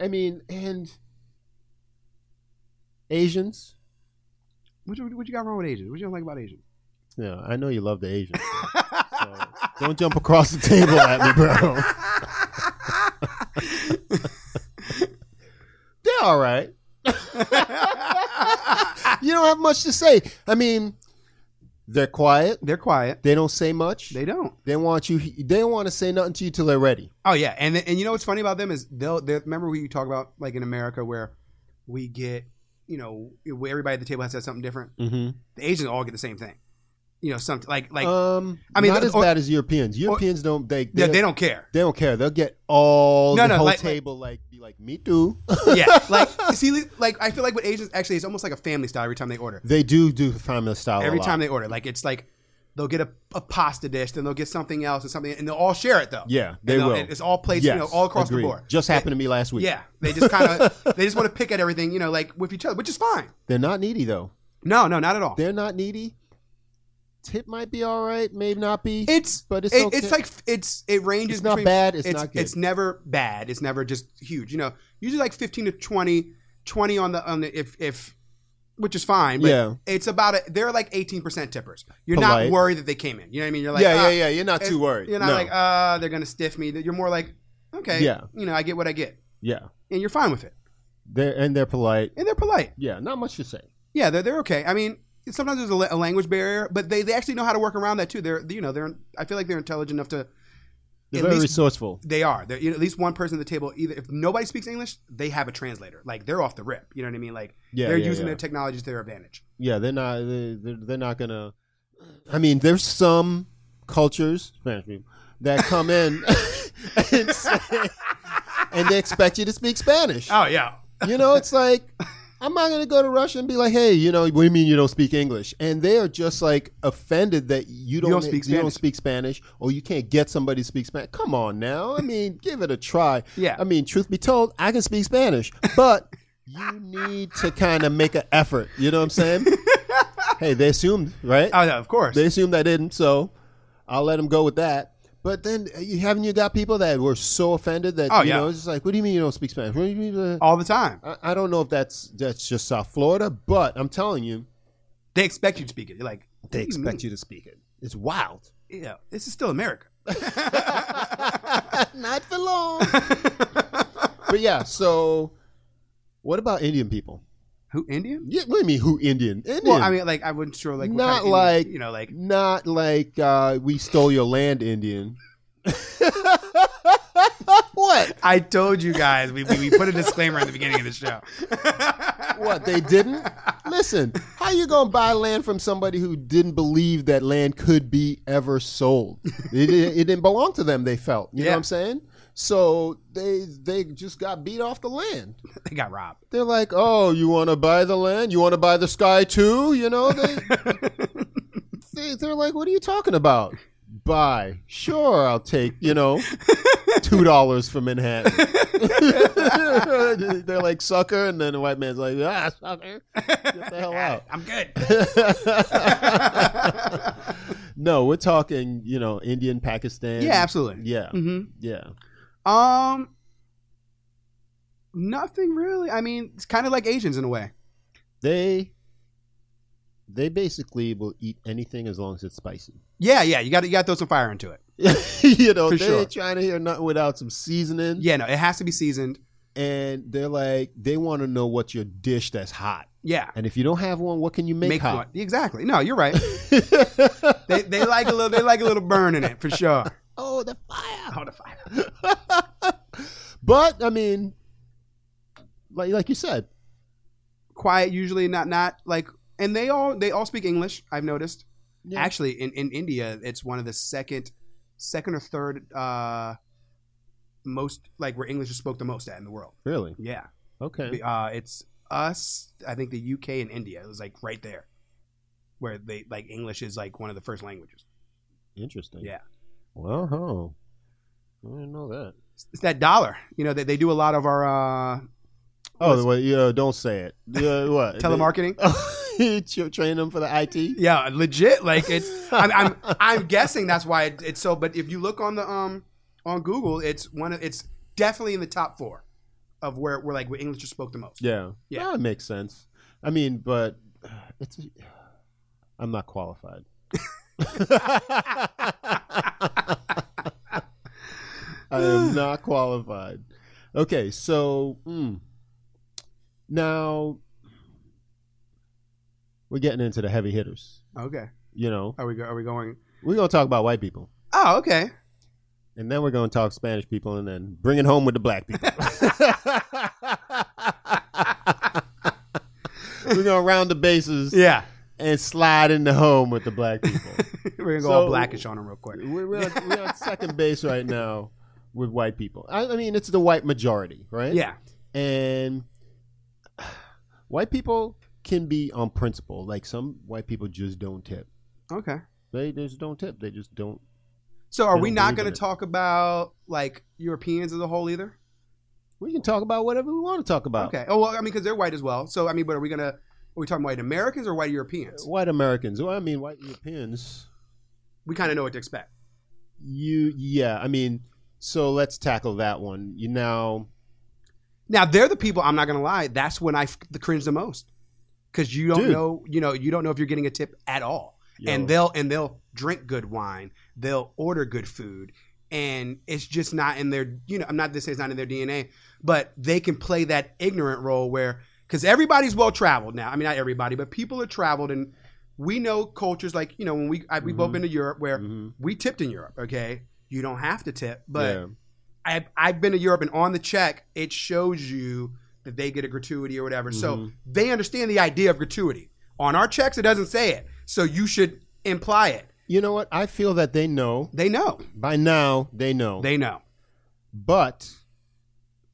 I mean, and Asians.
What you, what you got wrong with Asians? What you don't like about Asians?
Yeah, I know you love the Asians. so don't jump across the table at me, bro. They're all right. you don't have much to say. I mean, they're quiet.
They're quiet.
They don't say much.
They don't.
They want you. They don't want to say nothing to you till they're ready.
Oh yeah, and and you know what's funny about them is they'll they remember we talk about like in America where we get you know where everybody at the table has said something different.
Mm-hmm.
The Asians all get the same thing. You know, something like like
Um,
I mean,
not
or-
as bad as Europeans. Europeans don't. They
yeah,
they
they don't care.
They don't care. They'll get all
No,
the
no,
whole
like-
table like be like me too.
Yeah, like see, like I feel like with Asians actually it's almost like a family style every time they order.
they do do family style.
Every time they order, like it's like they'll get a, a pasta dish, then they'll get something else and something, and they'll all share it though.
yeah, they
And they'll-
will.
and It's all plates, you know,
Yes,
all across
agreed.
the board.
Just happened to me last week.
Yeah, they just kind of they just want to pick at everything, you know, like with each other, which is fine.
they're not needy though.
No, no, not at all.
They're not needy. Tip might be all right, may not be.
It's
but it's
it-
okay.
it's like it's it ranges.
It's not
between-
bad, it's not good.
It's never bad. It's never just huge. You know, usually like fifteen to 20, 20 on the on the if if which is fine. But
Yeah.
it's about a, they're like eighteen percent tippers. You're
Polite.
not worried that they came in. You know what I mean? You're like
yeah,
ah,
yeah, yeah. You're not
it-
too worried.
You're not
No.
like uh they're gonna stiff me. You're more like okay,
Yeah.
you know I get what I get,
yeah,
and you're fine with it,
they're and they're polite.
and they're polite.
Yeah, not much to say.
Yeah, they're they're okay. I mean. Sometimes there's a, la- a language barrier, but they, they actually know how to work around that too. They're you know they're I feel like they're intelligent enough to
They're
At
very
least-
resourceful.
They are. They're, you know, at least one person at the table. Either if nobody speaks English, they have a translator. Like they're off the rip. You know what I mean? Like
Yeah,
they're
yeah,
using
yeah.
their technology to their advantage.
Yeah, they're not. They're, they're, they're not gonna. I mean, there's some cultures, Spanish people, that come in and, say, and they expect you to speak Spanish.
Oh yeah.
You know, it's like I'm not gonna go to Russia and be like, "Hey, you know, what do you mean you don't speak English?" And they are just like offended that you don't
don't speak
you don't
Spanish.
speak Spanish or you can't get somebody to speak Spanish. Come on now, I mean, give it a try.
Yeah.
I mean, truth be told, I can speak Spanish, but you need to kind of make an effort. You know what I'm saying? hey, they assumed, right?
Oh no, of course.
They assumed I didn't, so I'll let them go with that. But then, uh, you haven't you got people that were so offended that
Oh,
you
yeah.
know it's just like, what do you mean you don't speak Spanish? What do you mean? uh,
All the time.
I, I don't know if that's that's just South Florida, but I'm telling you,
They expect you to speak it. You're like
they expect you to speak it. It's wild.
Yeah, this is still America.
Not for long. but yeah, so what about Indian people?
Who Indian?
Yeah, what do you mean? Who Indian? Indian.
Well, I mean, like I wasn't sure. Like what
not
kind of Indian-
like
you know, like
not like uh, we stole your land, Indian. what?
I told you guys, we, we, we put a disclaimer at the beginning of the show.
What they didn't? Listen, how you gonna buy land from somebody who didn't believe that land could be ever sold? It, it, it didn't belong to them. They felt, you know
Yeah.
what I'm saying? So they they just got beat off the land.
they got robbed.
They're like, oh, you want to buy the land? You want to buy the sky too? You know, they, they they're like, what are you talking about? Buy, sure, I'll take. You know, two dollars for Manhattan. they're like sucker, and then the white man's like, ah, sucker, get the hell out.
I'm good.
No, we're talking, you know, Indian, Pakistan.
Yeah, absolutely.
Yeah,
hmm
yeah.
Um, nothing really. I mean, it's kind of like Asians in a way.
They they basically will eat anything as long as it's spicy.
Yeah, yeah. You got you got to throw some fire into it.
you know,
For
they
sure.
ain't trying to hear nothing without some seasoning.
Yeah, no, it has to be seasoned.
And they're like, they want to know what's your dish that's hot.
Yeah,
And if you don't have one, what can you make, hot?
one. exactly. No, you're right. they they like a little they like a little burn in it for sure.
Oh, the fire.
Oh, the fire.
But, I mean, like, like you said,
Quiet usually not not like and they all they all speak English. I've noticed.
yeah,
Actually, in in India, it's one of the second second or third uh most like where English is spoke the most at in the world.
really.
Yeah.
Okay.
Uh, it's us. I think the UK and India. It was like right there, where they like English is like one of the first languages.
Interesting.
Yeah.
Well, huh. I didn't know that.
It's that dollar. You know, they, they do a lot of our uh,
Oh, the way, yeah, don't say it. Yeah, what?
telemarketing.
you tra- train them for the IT?
Yeah, legit. Like it's. I'm, I'm I'm guessing that's why it, it's so. But if you look on the um on Google, it's one of it's definitely in the top four of where where like where English is spoke the most.
Yeah.
Yeah.
That makes sense. I mean, but uh, it's I'm not qualified. I am not qualified. Okay, so mm, now we're getting into the heavy hitters.
Okay.
You know,
Are we go, are we going?
we're gonna talk about white people,
Oh, okay.
and then we're gonna talk Spanish people, and then bring it home with the black people. we're gonna round the bases.
Yeah.
and slide into home with the black people.
We're gonna go
So-
all blackish on them real quick.
we're, we're, at, we're at second base right now with white people. I, I mean, it's the white majority, right?
Yeah.
And white people can be on principle. Like some white people just don't tip.
Okay.
They just don't tip. They just don't.
So are
They
we
don't
not
believe in
going
it.
to talk about like Europeans as a whole either?
We can talk about whatever we want to talk about.
Okay. Oh well, I mean, because they're white as well. So I mean, but are we gonna are we talking white Americans or white Europeans?
White Americans. Well, I mean, white Europeans.
We kind of know what to expect.
You, yeah. I mean, so let's tackle that one. You now,
Now they're the people. I'm not going to lie. That's when I f- the cringe the most because you don't
Dude.
know. You know, you don't know if you're getting a tip at all.
Yo.
And they'll and they'll drink good wine. They'll order good food. And it's just not in their, you know, I'm not to say it's not in their DNA, but they can play that ignorant role where, because everybody's well traveled now. I mean, not everybody, but people are traveled, and we know cultures like, you know, when we I, we both
Mhm.
been to Europe where
Mhm.
we tipped in Europe. Okay, you don't have to tip, but
Yeah.
I've, I've been to Europe and on the check, it shows you that they get a gratuity or whatever.
Mm-hmm.
So they understand the idea of gratuity. On our checks, it doesn't say it. So you should imply it.
you know what? I feel that they know
They know.
by now. They know.
They know.
but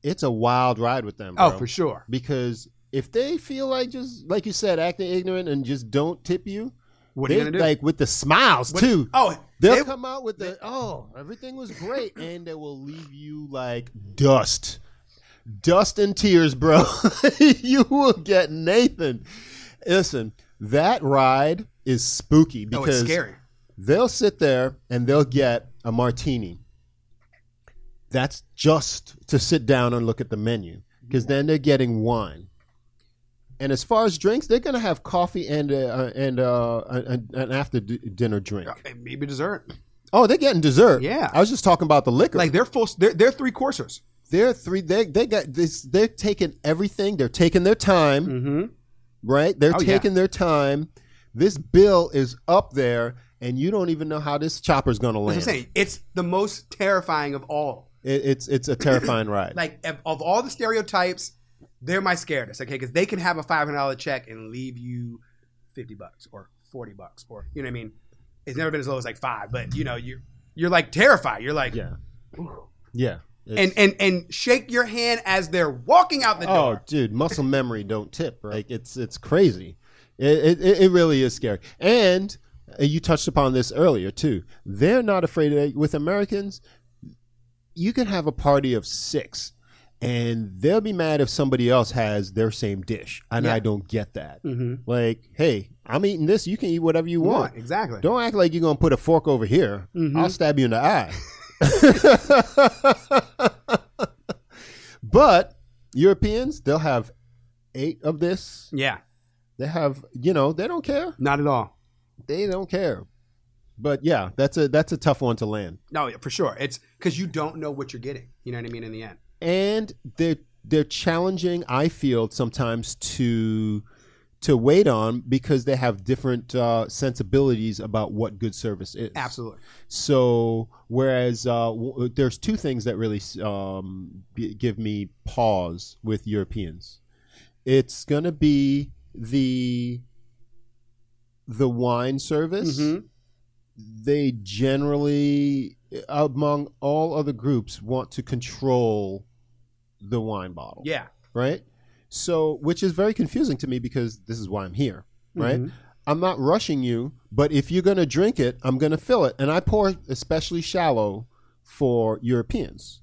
it's a wild ride with them.
Oh,
bro.
for sure.
Because if they feel like just like you said, acting ignorant and just don't tip you,
What are
they
you going to do?
like with the smiles
What-
too.
oh,
They'll
they-
come out with the oh, everything was great, and they will leave you like dust, dust and tears, bro. you will get Nathan. Listen, that ride is spooky
oh,
because
it's scary.
they'll sit there and they'll get a martini. That's just to sit down and look at the menu because then they're getting wine. And as far as drinks, they're gonna have coffee and uh, and uh, an, an after d- dinner drink.
Uh, Maybe dessert.
Oh, they're getting dessert.
Yeah.
I was just talking about the liquor.
Like
Like
they're full. They're, they're three coursers.
they're three. They they got this. They're taking everything. They're taking their time.
Mm-hmm.
right? They're
Oh, yeah.
taking their time. This bill is up there, and you don't even know how this chopper's going to
That's what I'm
land.
saying. It's the most terrifying of all.
It- it's it's a terrifying ride.
Like of, of all the stereotypes, They're my scaredest, okay? Because they can have a five hundred dollar check and leave you fifty bucks or forty bucks or you know what I mean. It's never been as low as like five, but you know you you're like terrified. You're like
Yeah. Yeah. It's-
and and and shake your hand as they're walking out the
oh,
door.
dude, muscle memory don't tip. Right? Like it's it's crazy. It, it it really is scary. And uh, you touched upon this earlier too. They're not afraid of with Americans. You can have a party of six, and they'll be mad if somebody else has their same dish, and
Yeah.
I don't get that. Like, hey, I'm eating this. You can eat whatever you want.
What? Exactly.
Don't act like you're gonna put a fork over here. I'll stab you in the eye. but Europeans, they'll have eight of this.
Yeah,
They have, you know, they don't care.
not at all.
They don't care. But yeah, that's a that's a tough one to land.
No, for sure. It's because you don't know what you're getting. You know what I mean? In the end,
And they're they're challenging, I feel, sometimes to to wait on because they have different uh, sensibilities about what good service is.
absolutely.
So whereas uh, w- there's two things that really um, g- give me pause with Europeans, it's gonna be the the wine service.
Mhm.
They generally, among all other groups, want to control the wine bottle
Yeah.
right? So, which is very confusing to me because this is why I'm here,
Mm-hmm.
right? I'm not rushing you, but if you're going to drink it, I'm going to fill it. And I pour especially shallow for Europeans.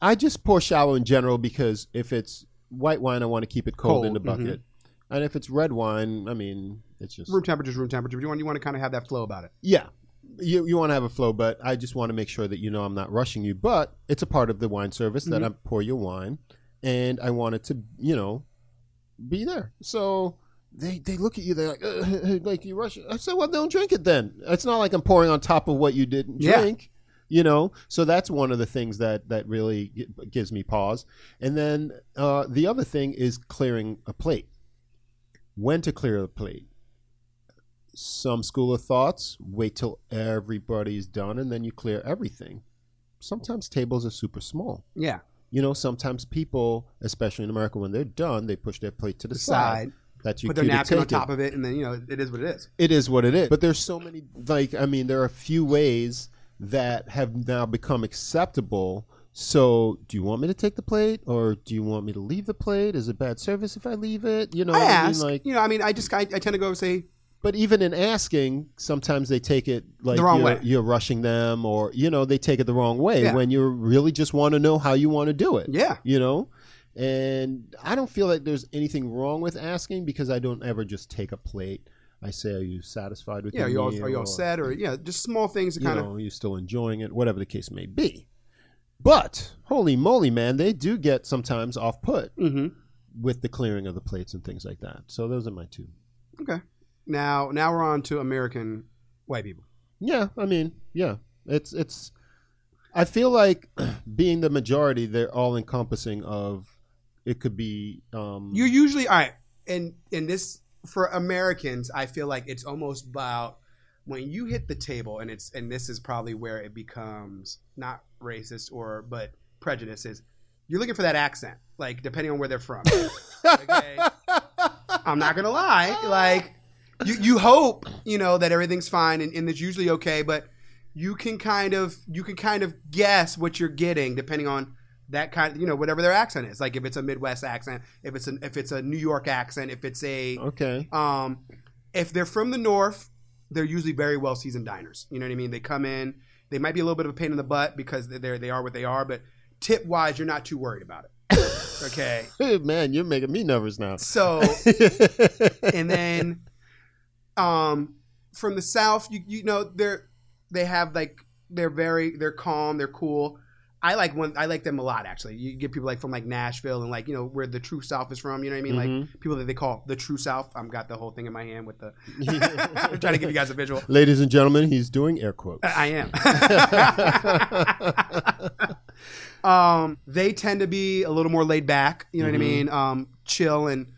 I just pour shallow in general because if it's white wine, I want to keep it cold, in
Cold,
the bucket. And if it's red wine, I mean, it's just
Room temperature is room temperature. But you want you want to kind of have that flow about it.
yeah. You, you want to have a flow, but I just want to make sure that you know I'm not rushing you. But it's a part of the wine service that I pour your wine, and I want it to, you know, be there. So they they look at you, they're like, "Ugh, like you rush. it." I said, well, don't drink it then. It's not like I'm pouring on top of what you didn't
Yeah.
drink, you know. So that's one of the things that that really gi- gives me pause. And then uh, the other thing is clearing a plate. When to clear the plate some school of thoughts wait till everybody's done and then you clear everything sometimes tables are super small
Yeah.
you know sometimes people especially in america when they're done they push their plate to the,
The
side,
side.
That's your
Put their
cue to
napkin on
take it.
top of it, and then you know it is what it is.
it is what it is but there's so many like i mean there are a few ways that have now become acceptable so do you want me to take the plate or do you want me to leave the plate is it bad service if i leave it you know
I
what mean?
ask. you know, I mean, I just I, I tend to go say
but even in asking, sometimes they take it like
The wrong
you're,
way.
you're rushing them, or you know they take it the wrong way
Yeah.
when you really just want to know how you want to do it.
Yeah.
you know. And I don't feel like there's anything wrong with asking because I don't ever just take a plate. I say, "Are you satisfied with
Yeah,
your
are you all,
meal?"
are you all
Or,
set? Or yeah, just small things to
You
kind
know, are you still enjoying it, whatever the case may be. But holy moly, man, they do get sometimes off put
of. Mm-hmm.
with the clearing of the plates and things like that. So those are my two.
Okay. Now, now we're on to American white people.
Yeah, I mean, yeah, it's it's. I feel like being the majority, they're all encompassing of. It could be. Um,
You're usually all right, and and this for Americans, I feel like it's almost about when you hit the table, and it's and this is probably where it becomes not racist or but prejudices. You're looking for that accent, like depending on where they're from. okay? I'm not gonna lie, like you you hope you know that everything's fine and, and it's usually okay, but you can kind of you can kind of guess what you're getting depending on that kind you know whatever their accent is like if it's a midwest accent if it's an if it's a new york accent if it's a
okay.
um if they're from the north they're usually very well seasoned diners you know what i mean they come in they might be a little bit of a pain in the butt because they're they are what they are but tip wise you're not too worried about it okay
Hey, man, you're making me nervous now.
so and then um from the south you you know they're they have like they're very they're calm they're cool i like one i like them a lot actually you get people like from like nashville and like you know where the true south is from you know what i mean like people that they call the true south i'm got the whole thing in my hand with the i'm trying to give you guys a visual
Mm-hmm. Ladies and gentlemen, he's doing air quotes.
I am. um, they tend to be a little more laid back. You know what I
Mm-hmm.
mean? Um, chill and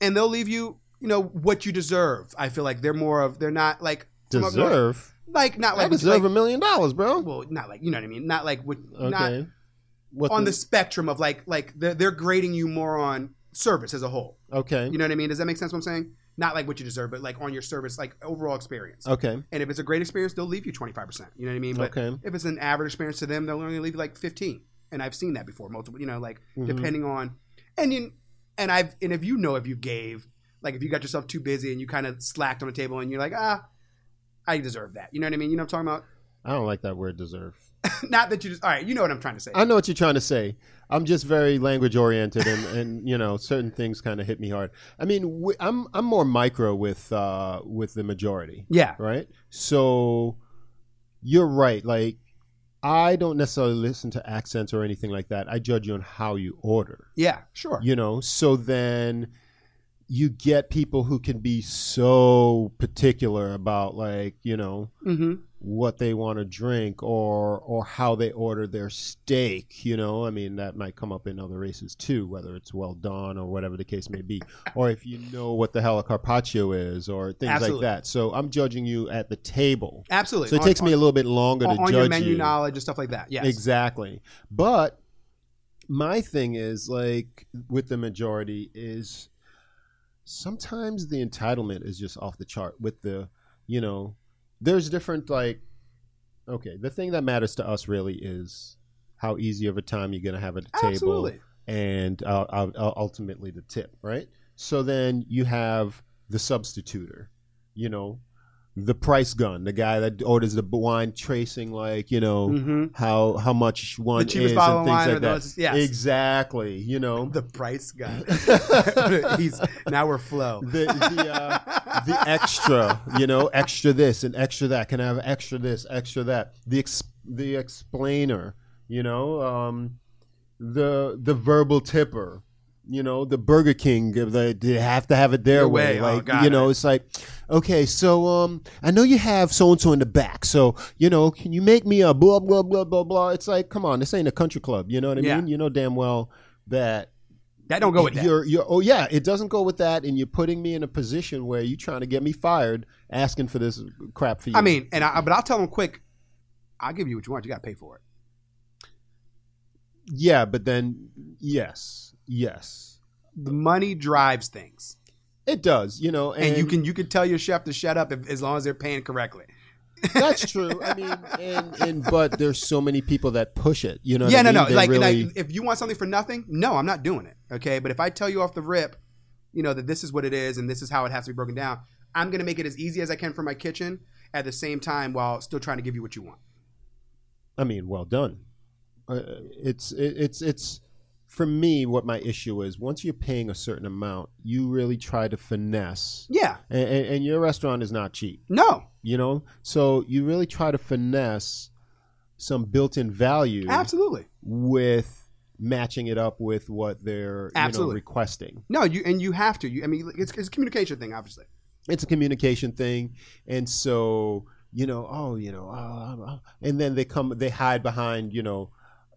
and they'll leave you, you know, what you deserve. I feel like they're more of they're not like from up north.
deserve.
like not
I
like
deserve a
like,
million dollars, bro.
well, not like you know what I mean. Not like what
Okay.
not
What
on the spectrum of like like they're, they're grading you more on service as a whole.
okay,
You know what I mean? Does that make sense? What I'm saying? Not like what you deserve, but like on your service, like overall experience.
okay,
And if it's a great experience, they'll leave you 25%. You know what I mean? But
Okay.
if it's an average experience to them, they'll only leave you like 15. And I've seen that before, multiple, you know, like
Mhm.
depending on, and you, and I've, and if you know, if you gave, like if you got yourself too busy and you kind of slacked on the table and you're like, ah, I deserve that. You know what I mean? You know what I'm talking
I don't like that word deserve.
about? Not that you just, all right, you know what I'm trying to say.
I know what you're trying to say. I'm just very language oriented, and, and you know certain things kind of hit me hard. I mean, wi- I'm I'm more micro with uh, with the majority,
yeah.
right? So you're right. Like I don't necessarily listen to accents or anything like that. I judge you on how you order,
Yeah. Sure.
you know. So then you get people who can be so particular about like you know
Mm-hmm.
what they want to drink or or how they order their steak you know i mean that might come up in other races too whether it's well done or whatever the case may be or if you know what the hell a carpaccio is or things
Absolutely.
like that so i'm judging you at the table
Absolutely.
so it
On-
takes me a little bit longer
on,
to
on
judge
your menu
you.
knowledge and stuff like that. Yes.
Exactly. But my thing is like with the majority is sometimes the entitlement is just off the chart with the you know there's different like okay the thing that matters to us really is how easy of a time you're going to have at the table
Absolutely.
and uh, uh, uh, ultimately the tip, right? So then you have the substituter, you know, the price gun, the guy that orders the wine, tracing like you know
Mm-hmm.
how how much one is
cheapest bottle
and
of
things
wine
like
or
that.
those- yes.
Exactly, you know
The price guy. He's now we're flow.
the the, uh, the extra, you know, extra this and extra that. Can I have extra this, extra that? The ex- the explainer, you know, um, the the verbal tipper, you know, the Burger King. uh, They, they have to have it their
Your
way.
way. Oh,
Like
got
you know,
it.
it's like, okay, so um, I know you have so and so in the back, so you know, can you make me a blah blah blah blah blah? It's like, come on, this ain't a country club. You know what I
Yeah.
mean? You know damn well that
That don't go with that.
you're, you're, oh yeah, it doesn't go with that, and you're putting me in a position where you're trying to get me fired, asking for this crap for you.
I mean, and I, but I'll tell him quick. I'll give you what you want. You got to pay for it.
yeah, but then yes, yes,
The money drives things,
it does. You know,
and,
and,
you can you can tell your chef to shut up if, as long as they're paying correctly.
That's true. I mean, and, and but there's so many people that push it. You know, what
yeah,
I
no,
mean?
no.
They
Like,
really,
like, if you want something for nothing, no, I'm not doing it. Okay, but if I tell you off the rip, you know that this is what it is and this is how it has to be broken down. I'm gonna make it as easy as I can for my kitchen at the same time while still trying to give you what you want.
I mean, well done. Uh, it's it, it's it's for me what my issue is. Once you're paying a certain amount, you really try to finesse,
Yeah,
and, and, and your restaurant is not cheap.
no,
you know so you really try to finesse some built-in value
absolutely.
with matching it up with what they're you know,
Absolutely.
requesting
No, you and you have to. You, I mean, it's, it's a communication thing, obviously.
it's a communication thing and so you know oh you know oh, oh, oh. and then they come they hide behind you know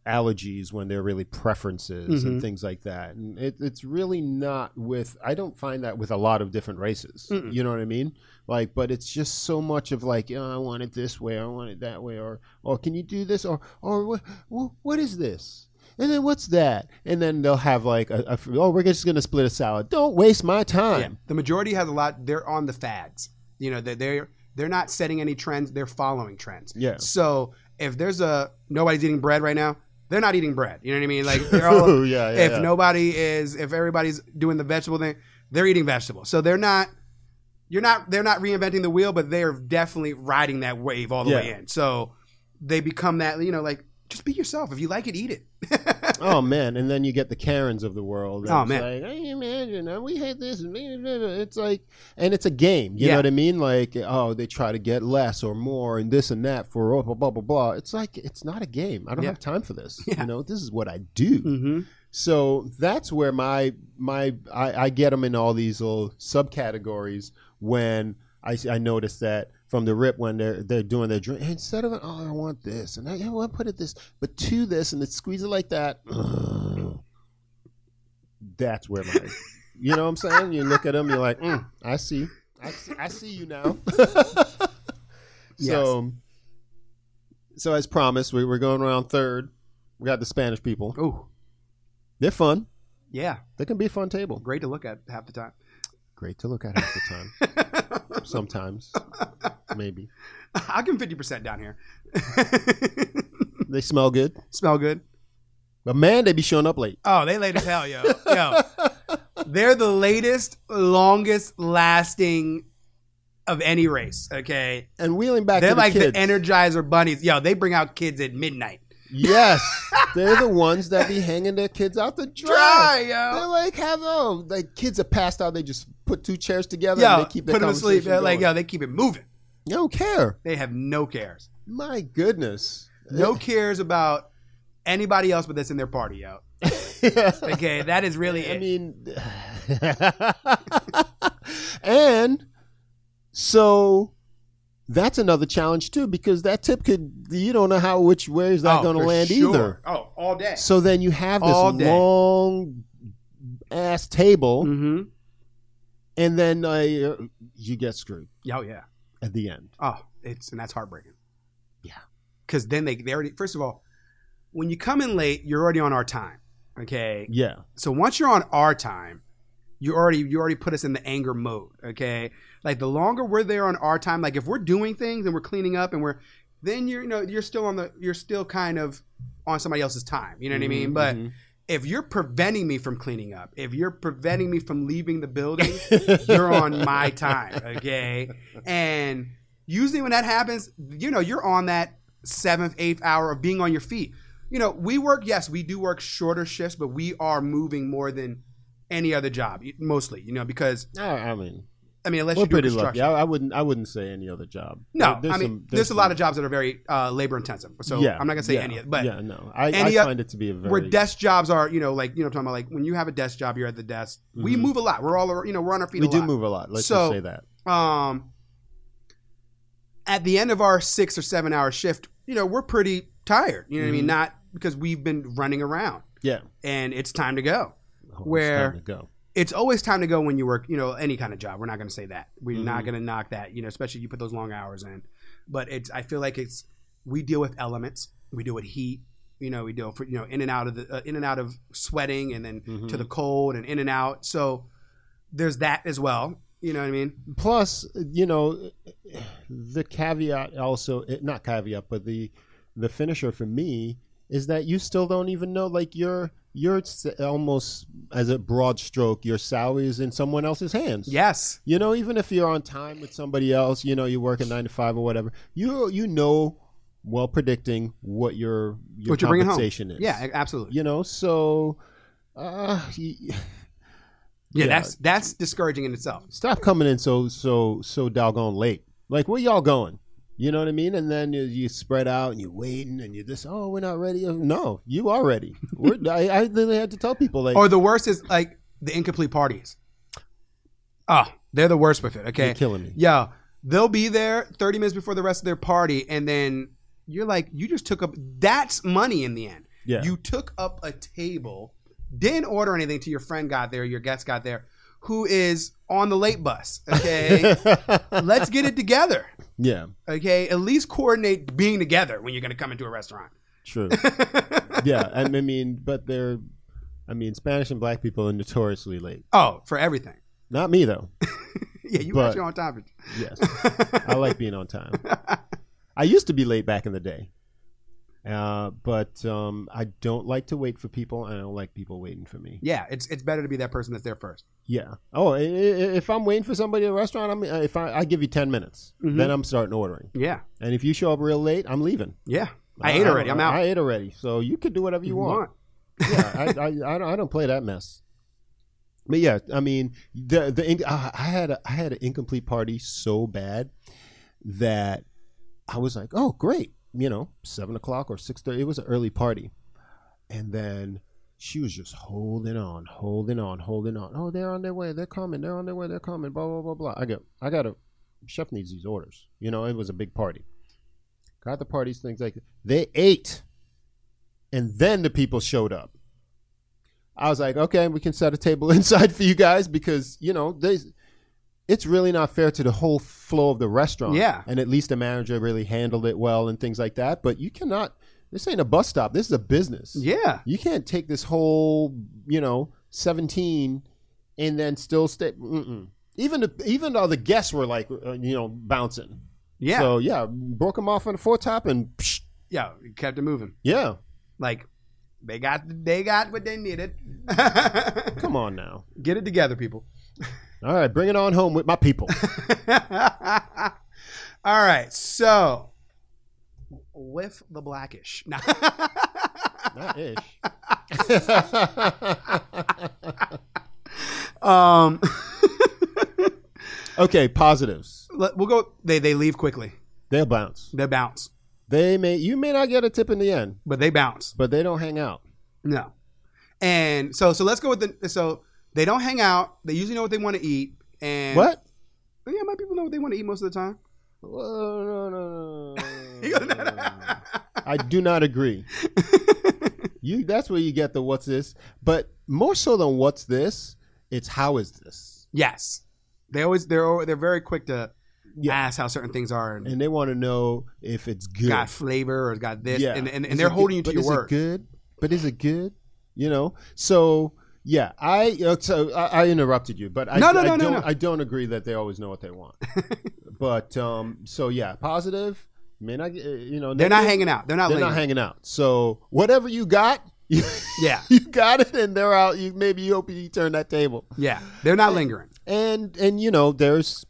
allergies when they're really preferences and things like that and it, it's really not with i don't find that with a lot of different races
Mm-mm.
you know what i mean like but it's just so much of like oh, i want it this way i want it that way or or can you do this or or what wh- what is this and then what's that and then they'll have like a, a oh we're just gonna split a salad don't waste my time
Yeah. The majority has a lot. They're on the fads. You know, they're they're, they're not setting any trends. They're following trends.
Yeah.
So if there's a nobody's eating bread right now, they're not eating bread. You know what I mean? Like they're all.
yeah, yeah,
if
yeah.
nobody is, if everybody's doing the vegetable thing, they're eating vegetables. So they're not. You're not. They're not reinventing the wheel, but they're definitely riding that wave all the
Yeah.
way in. So they become that. You know, like just be yourself. If you like it, eat it.
oh man, and then you get the Karens of the world.
Oh,
it's
man.
like I imagine uh, we had this. and blah, blah, blah." It's like, and it's a game. You
Yeah.
know what I mean? Like, oh, they try to get less or more and this and that for oh, blah blah blah blah. It's like it's not a game. I don't
Yeah.
have time for this.
Yeah.
You know, this is what I do.
mm-hmm.
So that's where my my I, I get them in all these little subcategories when I, I notice that from the rip when they're they're doing their drink instead of an, oh I want this and I, I want to put it this but to this and it squeeze it like that. ugh. that's where my you know what I'm saying. You look at them, you're like, mm, I see, I see, I see you now. so so as promised, we were going around third. We got the Spanish people.
Ooh,
They're fun.
yeah,
They can be a fun table.
great to look at half the time.
Great to look at half the time. Sometimes, maybe
I give fifty percent down here.
they smell good.
Smell good.
But man, they be showing up late.
Oh, they late as hell, yo. Yo. They're the latest, longest lasting of any race, okay?
And wheeling back,
They're
to the
like
kids.
the Energizer bunnies. Yo, they bring out kids at midnight.
Yes, they're the ones that be hanging their kids out to dry. They're
yo.
like, have oh, like kids are passed out. They just put two chairs together and
Yo,
they keep their
put them to sleep.
conversation
They're like, yo,
going.
they keep it moving.
They don't care.
They have no cares.
My goodness.
No cares about anybody else but that's in their party, yo. Okay, that is really
I
it.
mean, and so that's another challenge too because that tip could you don't know how which where is that
Oh,
going to
for
land
sure.
either.
Oh, all day.
So then you have this
All day.
long ass table,
mm-hmm.
and then uh, you get screwed
Oh, yeah.
at the end.
Oh, it's and that's heartbreaking.
Yeah.
Because then they they already first of all, when you come in late, you're already on our time. Okay.
Yeah,
So once you're on our time, you already you already put us in the anger mode. Okay. Like the longer we're there on our time, like if we're doing things and we're cleaning up and we're then you're you know you're still on the you're still kind of on somebody else's time. You know what I
Mm-hmm,
mean? But if you're preventing me from cleaning up, if you're preventing me from leaving the building,
Mm-hmm.
you're on my time, okay? And usually when that happens, you know, you're on that seventh, eighth hour of being on your feet. You know, we work, yes, we do work shorter shifts, but we are moving more than any other job, mostly, you know, because,
I, I mean,
I mean, unless
we're
you do
pretty lucky.
construction.
I, I wouldn't. I wouldn't say any other job.
No,
There-
I mean,
some-
there's, a lot
some-
of jobs that are very uh, labor intensive. So I'm not going to say
yeah,
any of it, but
yeah, no, I,
any
I
of-
find it to be a very
where desk jobs are, you know, like you know, what I'm talking about like when you have a desk job, you're at the desk. We
Mhm.
move a lot. We're all, you know, we're on our feet.
we
a
do
lot.
move a lot. Let's
So-
just say that.
Um, at the end of our six or seven hour shift, you know, we're pretty tired. You know what I mean?
Mhm.
Not because we've been running around,
Yeah,
and it's time to go.
Oh, it's
Where-
time to go?
It's always time to go when you work, you know, any kind of job. We're not going to say that. We're not
Mhm.
going to knock that, you know, especially you put those long hours in. But it's, I feel like it's, we deal with elements. We deal with heat. You know, we deal for you know in and out of the uh, in and out of sweating, and then
Mhm.
to the cold and in and out. So there's that as well. You know what I mean?
Mm-hmm. Plus, you know, the caveat also eh, not caveat, but the the finisher for me is that you still don't even know. Like you're you're s- almost as a broad stroke, your salary is in someone else's hands.
Yes.
You know, even if you're on time with somebody else, you know, you work a nine to five or whatever, you you know, well predicting what your your
What you're bringing home.
compensation is.
Yeah, absolutely.
you know, so uh, y-
Yeah,
Yeah.
that's that's discouraging in itself.
stop coming in so so so doggone late. Like where y'all going? You know what I mean? And then you, you spread out and you're waiting and you're just oh we're not ready. No, you are ready. We're, I, I literally had to tell people like
Or the worst is like the incomplete parties. Oh, they're the worst with it.
you're
Okay,
killing me.
yeah, they'll be there thirty minutes before the rest of their party, and then you're like, you just took up. That's money in the end.
Yeah.
You took up a table, didn't order anything till your friend got there, your guest got there, who is on the late bus. Okay, let's get it together.
yeah,
Okay, at least coordinate being together when you're going to come into a restaurant.
true. yeah, I I mean, but they're, I mean, Spanish and black people are notoriously late.
Oh, for everything.
Not me though.
Yeah, you
But-
actually on topic.
Yes, I like being on time. I used to be late back in the day, uh, but um, I don't like to wait for people. and I don't like people waiting for me.
Yeah, it's it's better to be that person that's there first.
Yeah. Oh, i- i- if I'm waiting for somebody at a restaurant, I'm if I, I give you ten minutes,
Mhm.
then I'm starting ordering.
Yeah,
And if you show up real late, I'm leaving.
yeah. I, ate already. I'm out. Mm-hmm.
I ate already. So you can do whatever you, want. yeah, I, I, I, don't, I don't play that mess. But yeah, I mean, the the in- I I had a, I had an incomplete party so bad that I was like, oh great, you know, seven o'clock or six thirty. It was an early party, and then she was just holding on, holding on, holding on. Oh, they're on their way. They're coming. They're on their way. They're coming. Blah blah blah blah. I go. I got to. Chef needs these orders. You know, it was a big party. Got the parties, things like that. They ate, and then the people showed up. I was like, okay, we can set a table inside for you guys because you know there's. It's really not fair to the whole flow of the restaurant.
Yeah.
and at least the manager really handled it well and things like that. But you cannot. This ain't a bus stop. This is a business.
Yeah.
You can't take this whole, you know, 17 and then still stay. Mm-mm. Even the, even the other guests were like, uh, you know, bouncing.
Yeah.
So, yeah, broke them off on the foretop and psh,
yeah. it Kept it moving.
yeah.
Like they got they got what they needed.
Come on now.
Get it together, people.
All right, bring it on home with my people.
All right. So with the blackish. Nah.
Not ish.
um
okay, positives.
let- we'll go they they leave quickly.
They'll bounce.
They bounce.
They may you may not get a tip in the end,
But they bounce.
but they don't hang out.
No. And so so let's go with the so they don't hang out. They usually know what they want to eat. And
What?
Yeah, my people know what they want to eat most of the time.
Whoa, no, no,
You
no,
gonna-
no, no. I do not agree. you that's where you get the what's this, but more so than what's this, it's how is this?
yes, they always they're al- they're very quick to
Yeah.
ask how certain things are and
And they want to know if it's good.
got flavor or it's got this, and and,
Is
and they're
it
holding
good-
you to
but
your
is
word.
It good, but is it good? You know. So yeah, I you know, so I, I interrupted you, but I,
No, no,
I
no,
don't,
no, no.
I don't agree that they always know what they want. but um, so yeah, positive. Man, I eh, you know
They're not
negative,
hanging out. They're not.
They're not
lingering.
hanging out. So whatever you got, you,
Yeah,
you got it, and they're out. You maybe you hope you turn that table,
yeah, they're not lingering.
and and you know there's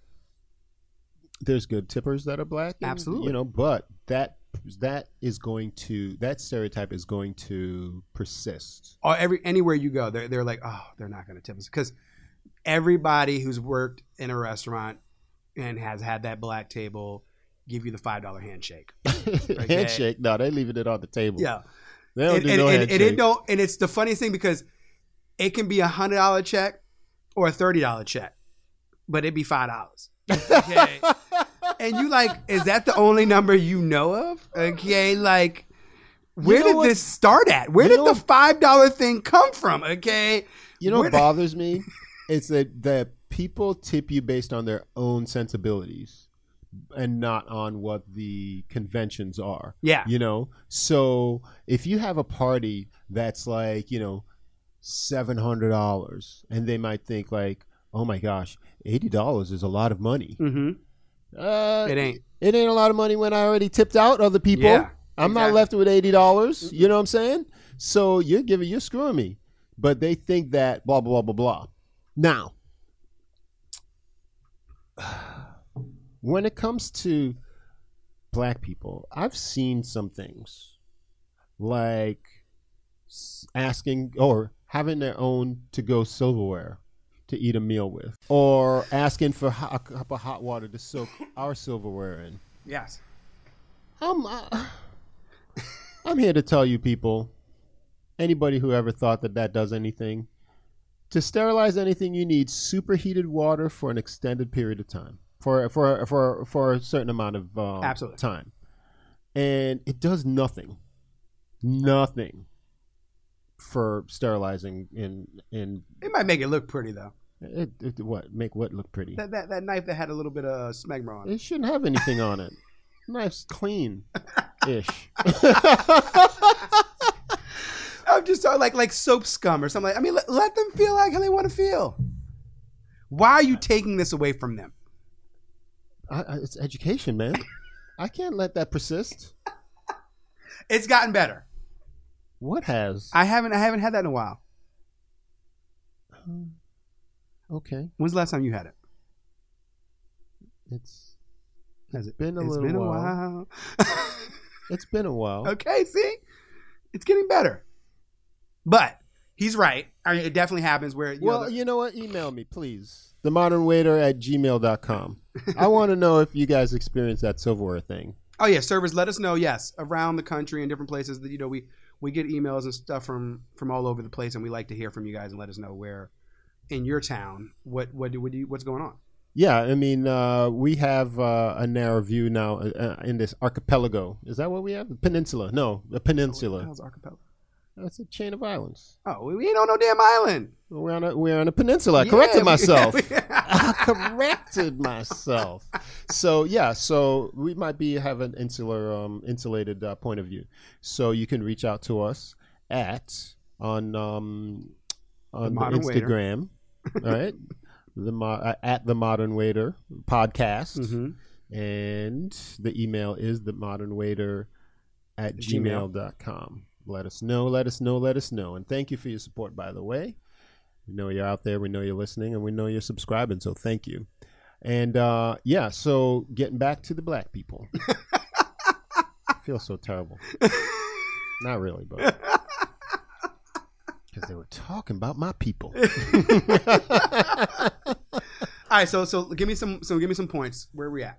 there's good tippers that are black, and,
Absolutely.
You know, but that that is going to that stereotype is going to persist.
Or every anywhere you go, they're they're like, oh, they're not going to tip us because everybody who's worked in a restaurant and has had that black table give you the five dollar handshake.
handshake? No, they leaving it on the table.
Yeah.
they don't
and,
do
and-
no
and- and
handshake.
it don't and it's the funniest thing because it can be a hundred dollar check or a thirty dollar check, but it'd be five dollars. Okay. and you like, is that the only number you know of? Okay, like where
know
did
what-
this start at? Where
You
did
know-
the five dollar thing come from? Okay.
you know
Where
what
the-
bothers me? It's that that people tip you based on their own sensibilities and not on what the conventions are.
Yeah.
you know so if you have a party that's like you know $700 and they might think like oh my gosh $80 is a lot of money
Mm-hmm.
uh,
It ain't.
it ain't a lot of money when i already tipped out other people
Yeah,
i'm not
exactly.
left with $80 you know what i'm saying so you're giving you're screwing me but they think that blah blah blah blah blah now when it comes to black people, I've seen some things like s- asking or having their own to go silverware to eat a meal with, or asking for ho- a cup of hot water to soak our silverware in.
Yes.
I'm, uh, I'm here to tell you people, anybody who ever thought that that does anything, to sterilize anything you need superheated water for an extended period of time, for for for for a certain amount of um,
Absolutely.
time, and it does nothing, nothing for sterilizing in in
It might make it look pretty though.
it, it, what make what look pretty.
That, that that knife that had a little bit of uh, smegma on it.
It shouldn't have anything on it. Knife's clean, ish.
I'm just sorry, like like soap scum or something. Like, I mean, let, let them feel like how they want to feel. Why are you taking this away from them?
I, I, it's education, man. I can't let that persist.
It's gotten better.
What has?
I haven't I haven't had that in a while.
okay,
When's the last time you had it?
it's
Has it
been a
it's
little
been
while.
a
it's been a while.
while. okay, see, it's getting better. But he's right. I mean, it definitely happens where you know,
Well,
the-
you know what? Email me, please. Themodernwaiter at gmail.com. I want to know if you guys experienced that silverware thing.
oh yeah, servers. Let us know. Yes, around the country and different places that you know we we get emails and stuff from from all over the place, and we like to hear from you guys and let us know where in your town what what do, what do you, what's going on.
Yeah, I mean, uh, we have uh, a narrow view now
Oh,
uh, uh, in this archipelago. Is that what we have? Peninsula? No, the peninsula.
archipelago?
That's a chain of islands.
Oh, we we ain't on no damn island.
We're on a we're on a peninsula. I
Yeah,
corrected
we- Mm-hmm.
myself.
we-
I corrected myself. So yeah, so we might be have an insular, um, insulated uh, point of view. So you can reach out to us at on um, on the
Modern Waiter.
Instagram, all right? The mo- uh, at the Modern Waiter podcast,
Mhm.
and the email is the Modern Waiter at
Gmail.
gmail.com. Let us know. Let us know. Let us know. And thank you for your support, by the way. We know you're out there. We know you're listening, and we know you're subscribing. So thank you. And uh, yeah, so getting back to the black people. I feel so terrible. Not really, but because they were talking about my people.
All right, so so give me some so give me some points. Where we at?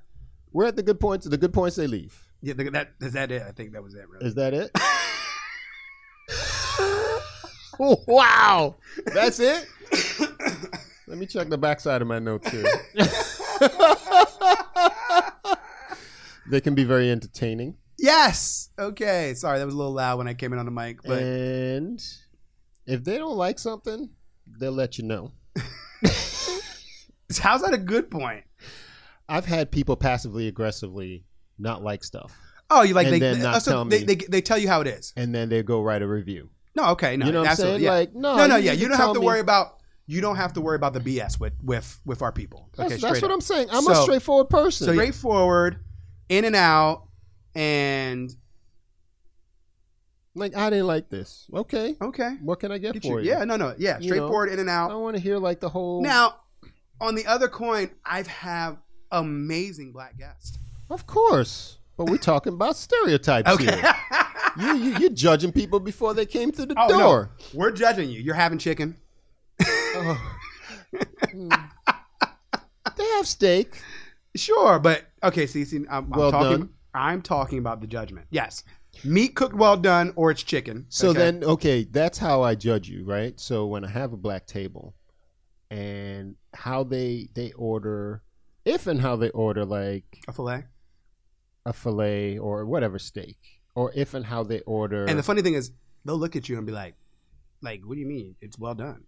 we're at the good points. The good points they leave.
Yeah, th- that is that it. I think that was it. Really.
Is that it? wow, that's it. Let me check the backside of my note too. they can be very entertaining,
Yes. Okay. Sorry, that was a little loud when I came in on the mic, but
Eh. and if they don't like something, they'll let you know.
how's that a good point?
I've had people passively aggressively not like stuff,
Oh, you like
And
they
then
they,
not
oh, so
tell
they,
me.
they they tell you how it is.
and then they go write a review.
No, okay, no,
you know what I'm saying?
absolutely, yeah.
Like, no,
no, no, yeah,
need
you don't have
tell
to
me.
worry about you don't have to worry about the BS with with with our people.
That's,
okay,
that's
straight
what
up.
I'm saying. I'm a
So-
straightforward person.
straightforward, in and out, and
like, I didn't like this. Okay,
okay,
what can I get,
get you.
for you?
Yeah, no, no, yeah,
You know.
straightforward, in and
I
out.
don't want to hear like the whole.
Now, on the other coin, I've have amazing black guests.
Of course, but we're talking about stereotypes here. You, you you're judging people before they came through the
Oh, no.
door.
We're judging you. You're having chicken.
Oh. Mm. they have steak.
Sure, but okay, see, see I'm,
Well
I'm talking.
done.
I'm talking about the judgment. Yes, meat cooked well done, or it's chicken.
So
okay?
then, okay, that's how I judge you, right? So when I have a black table, and how they they order, if and how they order like
a fillet.
a fillet or whatever steak, or if and how they order.
And the funny thing is, they'll look at you and be like, "Like, what do you mean? It's well done."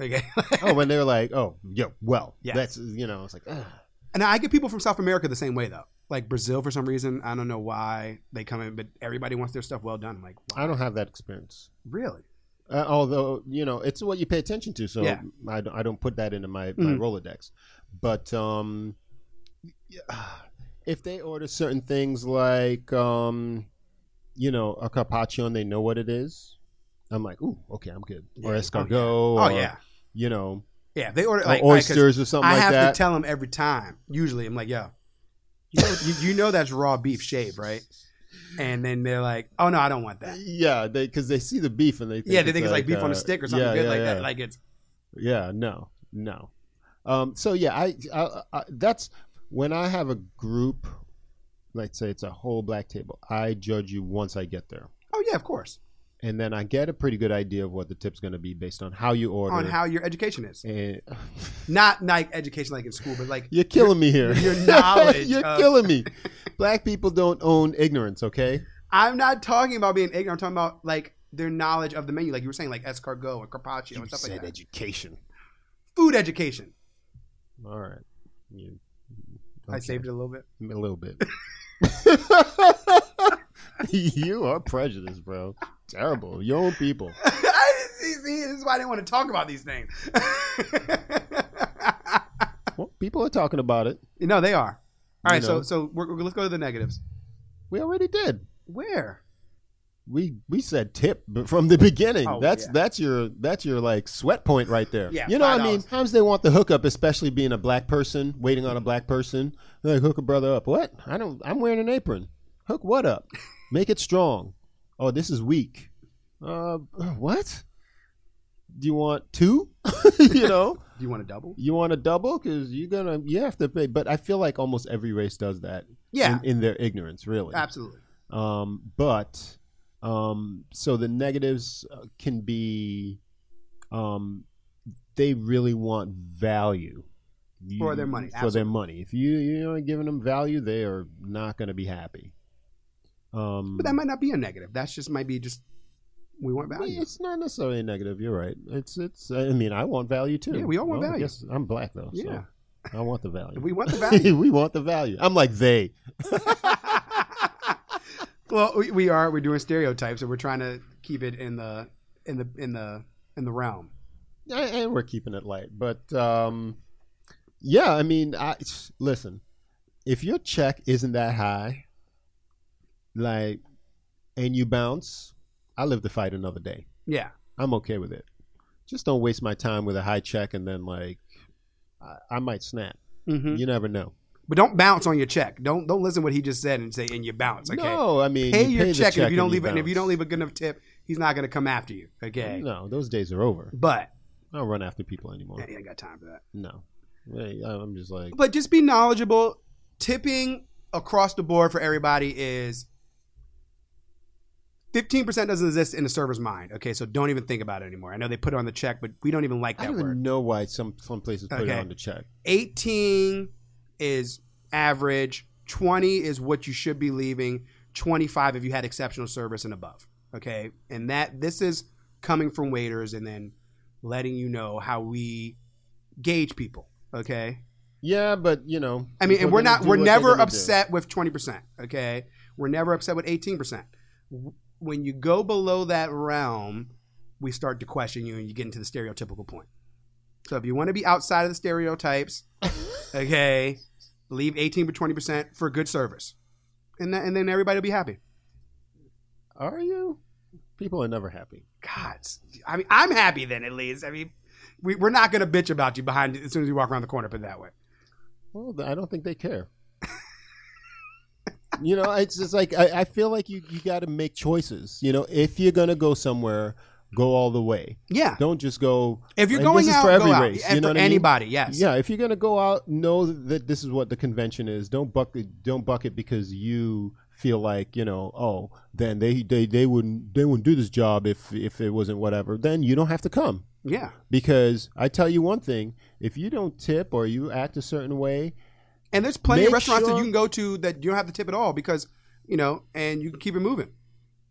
Okay.
oh, when they're like, oh, yeah, well,
Yeah.
that's you know, it's like, ah.
and I get people from South America the same way though. Like Brazil, for some reason, I don't know why they come in, but everybody wants their stuff well done. I'm like,
I don't have that experience.
really?
Uh, although you know, it's what you pay attention to, so
Yeah.
I, don't- I don't put that into my, my
Mhm.
Rolodex. But um, yeah, if they order certain things like um, you know a carpaccio and they know what it is, I'm like, ooh, okay, I'm good. Or
Yeah.
escargot,
Oh
or
yeah,
you know,
yeah. They order
or
like like, 'cause
oysters or something
I
like
have
that.
to tell them every time. Usually, I'm like, "Yo, you know, you, you know that's raw beef shaved, right?" And then they're like, "Oh no, I don't want that."
yeah, they because they see the beef and they think
yeah, they think it's like beef on a
uh,
stick or something
yeah,
good
yeah,
like
yeah.
that. Like it's
Yeah, no, no. Um, so yeah, I, I, I that's when I have a group, let's say it's a whole black table. I judge you once I get there,
oh yeah, of course.
and then I get a pretty good idea of what the tip's going to be based on how you order.
On how your education is,
and,
not like education like in school, but like
you're killing me here.
your knowledge
you're
of-
killing me. Black people don't own ignorance. Okay.
I'm not talking about being ignorant. I'm talking about like their knowledge of the menu, like you were saying, like escargot and carpaccio and stuff like that.
education.
Food education.
All right. You,
I
okay.
saved it a little bit.
A little bit. you are prejudiced, bro. Terrible. Your own people.
I see, see, this is why I didn't want to talk about these things.
Well, people are talking about it.
no, they are. All right,
You know.
so so we're, we're- let's go to the negatives.
We already did.
Where?
We we said tip b- from the beginning.
Oh,
that's
yeah.
that's your that's your like sweat point right there.
Yeah,
you know what I mean?
$5.
Times they want the hookup, especially being a black person waiting on a black person. They're like hook a brother up. What? I don't. I'm wearing an apron. Hook what up? Make it strong. Oh, this is weak. Uh, what? Do you want two? you know.
Do you want a double?
You want a double because you're gonna you have to pay. But I feel like almost every race does that.
Yeah,
In, in their ignorance, really.
absolutely.
Um, but um, so the negatives uh, can be, um, they really want value. You-
For their money,
For their money. If you you aren't giving them value, they are not going to be happy. Um,
But that might not be a negative. That's just might be just we want
I mean,
value.
it's not necessarily a negative. You're right. It's it's. I mean, I want value too.
Yeah, we all want
Well, I
value.
guess I'm black though. so
Yeah.
I want the value.
We want the value.
we want the value. I'm like they.
well, we, we are we're doing stereotypes, and we're trying to keep it in the in the in the in the realm.
and and we're keeping it light. But um, yeah, I mean, I listen. If your check isn't that high, like, and you bounce, I live to fight another day.
Yeah,
I'm okay with it. Just don't waste my time with a high check and then like, I, I might snap.
Mhm.
You never know.
but don't bounce on your check. Don't don't listen to what he just said and say and you bounce. Okay,
No, I mean,
pay
you
your
pay the
check, and if you don't
and
leave it, and if you don't
bounce.
leave a good enough tip, he's not going to come after you. Okay,
no, those days are over.
but
I don't run after people anymore.
yeah, I ain't got time for that.
No, Hey, I'm just like,
But just be knowledgeable. Tipping across the board for everybody is 15% doesn't exist in the server's mind. Okay, so don't even think about it anymore. I know they put it on the check, but we don't even like
I
that
don't
word.
even know why some some places put
Okay.
it on the check.
18 is average, 20 is what you should be leaving, 25 if you had exceptional service and above. Okay? And that this is coming from waiters and then letting you know how we gauge people, okay?
Yeah, but you know,
I mean,
people
and we're
are gonna
not
do
we're
what they're
never
gonna do.
upset with 20%, okay? We're never upset with 18%. W- When you go below that realm, we start to question you and you get into the stereotypical point. So if you want to be outside of the stereotypes, okay, leave 18 to 20% for good service. And, that, and then everybody will be happy.
Are you? People are never happy.
God, I mean, I'm happy then at least. I mean, we, we're not going to bitch about you behind as soon as you walk around the corner, put it that way.
Well, th- I don't think they care. you know, it's just like I, I feel like you you got to make choices. You know, if you're gonna go somewhere, go all the way.
Yeah.
Don't just go.
If you're
and
going
this is
out,
for every
go out.
race,
And
you know
for
what I mean?
anybody, yes.
Yeah, if you're gonna go out, know that this is what the convention is. Don't bucket, don't bucket because you feel like you know. Oh, then they they, they wouldn't they wouldn't do this job if if it wasn't whatever. Then you don't have to come.
Yeah.
because I tell you one thing: if you don't tip or you act a certain way,
And there's plenty of
Make
restaurants that
sure-
you can go to that you don't have to tip at all because, you know, and you can keep it moving.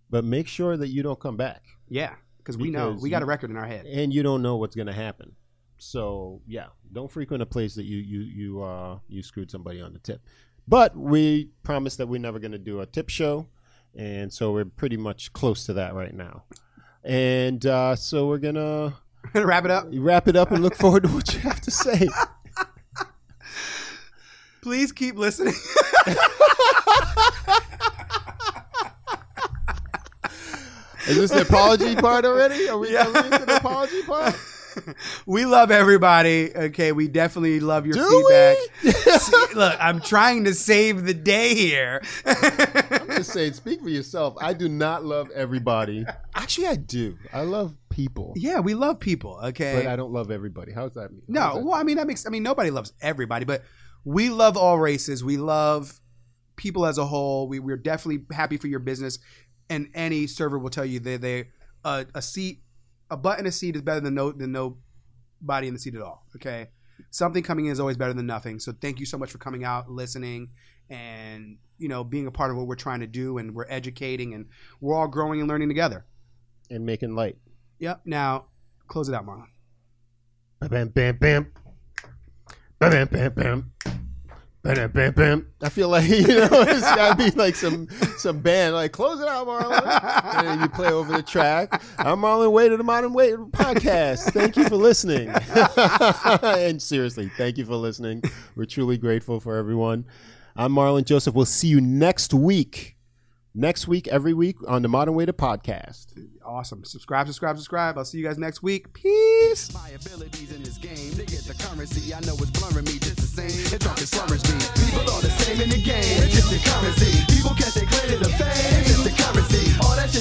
but make sure that you don't come back,
Yeah. Because we know
Because
we got
you-
a record in our head.
and you don't know what's going to happen. So yeah, don't frequent a place that you you you uh you screwed somebody on the tip. But we promised that we're never going to do a tip show, and so we're pretty much close to that right now. And uh, so we're gonna
Wrap it up.
wrap it up and look forward to what you have to say.
Please keep listening.
Is this the apology part already? Are we going into the apology part?
we love everybody. Okay. We definitely love your
Do
feedback.
we?
See, Look, I'm trying to save the day here.
just saying, speak for yourself. I do not love everybody. Actually, I do. I love people,
yeah, we love people. Okay.
but I don't love everybody. How's that? Mean?
No, well, I mean that makes. I mean nobody loves everybody, but we love all races. We love people as a whole. We we're definitely happy for your business, and any server will tell you that they a a seat, a butt in a seat is better than no than nobody in the seat at all. Okay, something coming in is always better than nothing. So thank you so much for coming out, listening, and you know being a part of what we're trying to do, and we're educating, and we're all growing and learning together.
and making light.
Yep. Now close it out, Marlon.
Bam, bam, bam, bam, bam, bam. Bam, bam, bam. I feel like you know it's gotta be like some some band like close it out, Marlon, and then you play over the track. I'm Marlon Wade of the Modern Wade podcast. Thank you for listening, and seriously, thank you for listening. We're truly grateful for everyone. I'm Marlon Joseph. We'll see you next week. Next week, every week on the Modern Waiter podcast.
Awesome. Subscribe, subscribe, subscribe. I'll see you guys next week. Peace.
My abilities in this game, they get the currency. I know it's blurring me just the same. It's talking slurs me. People are the same in the game. It's just the currency. People catch they clear to the fame. It's just the currency. All that shit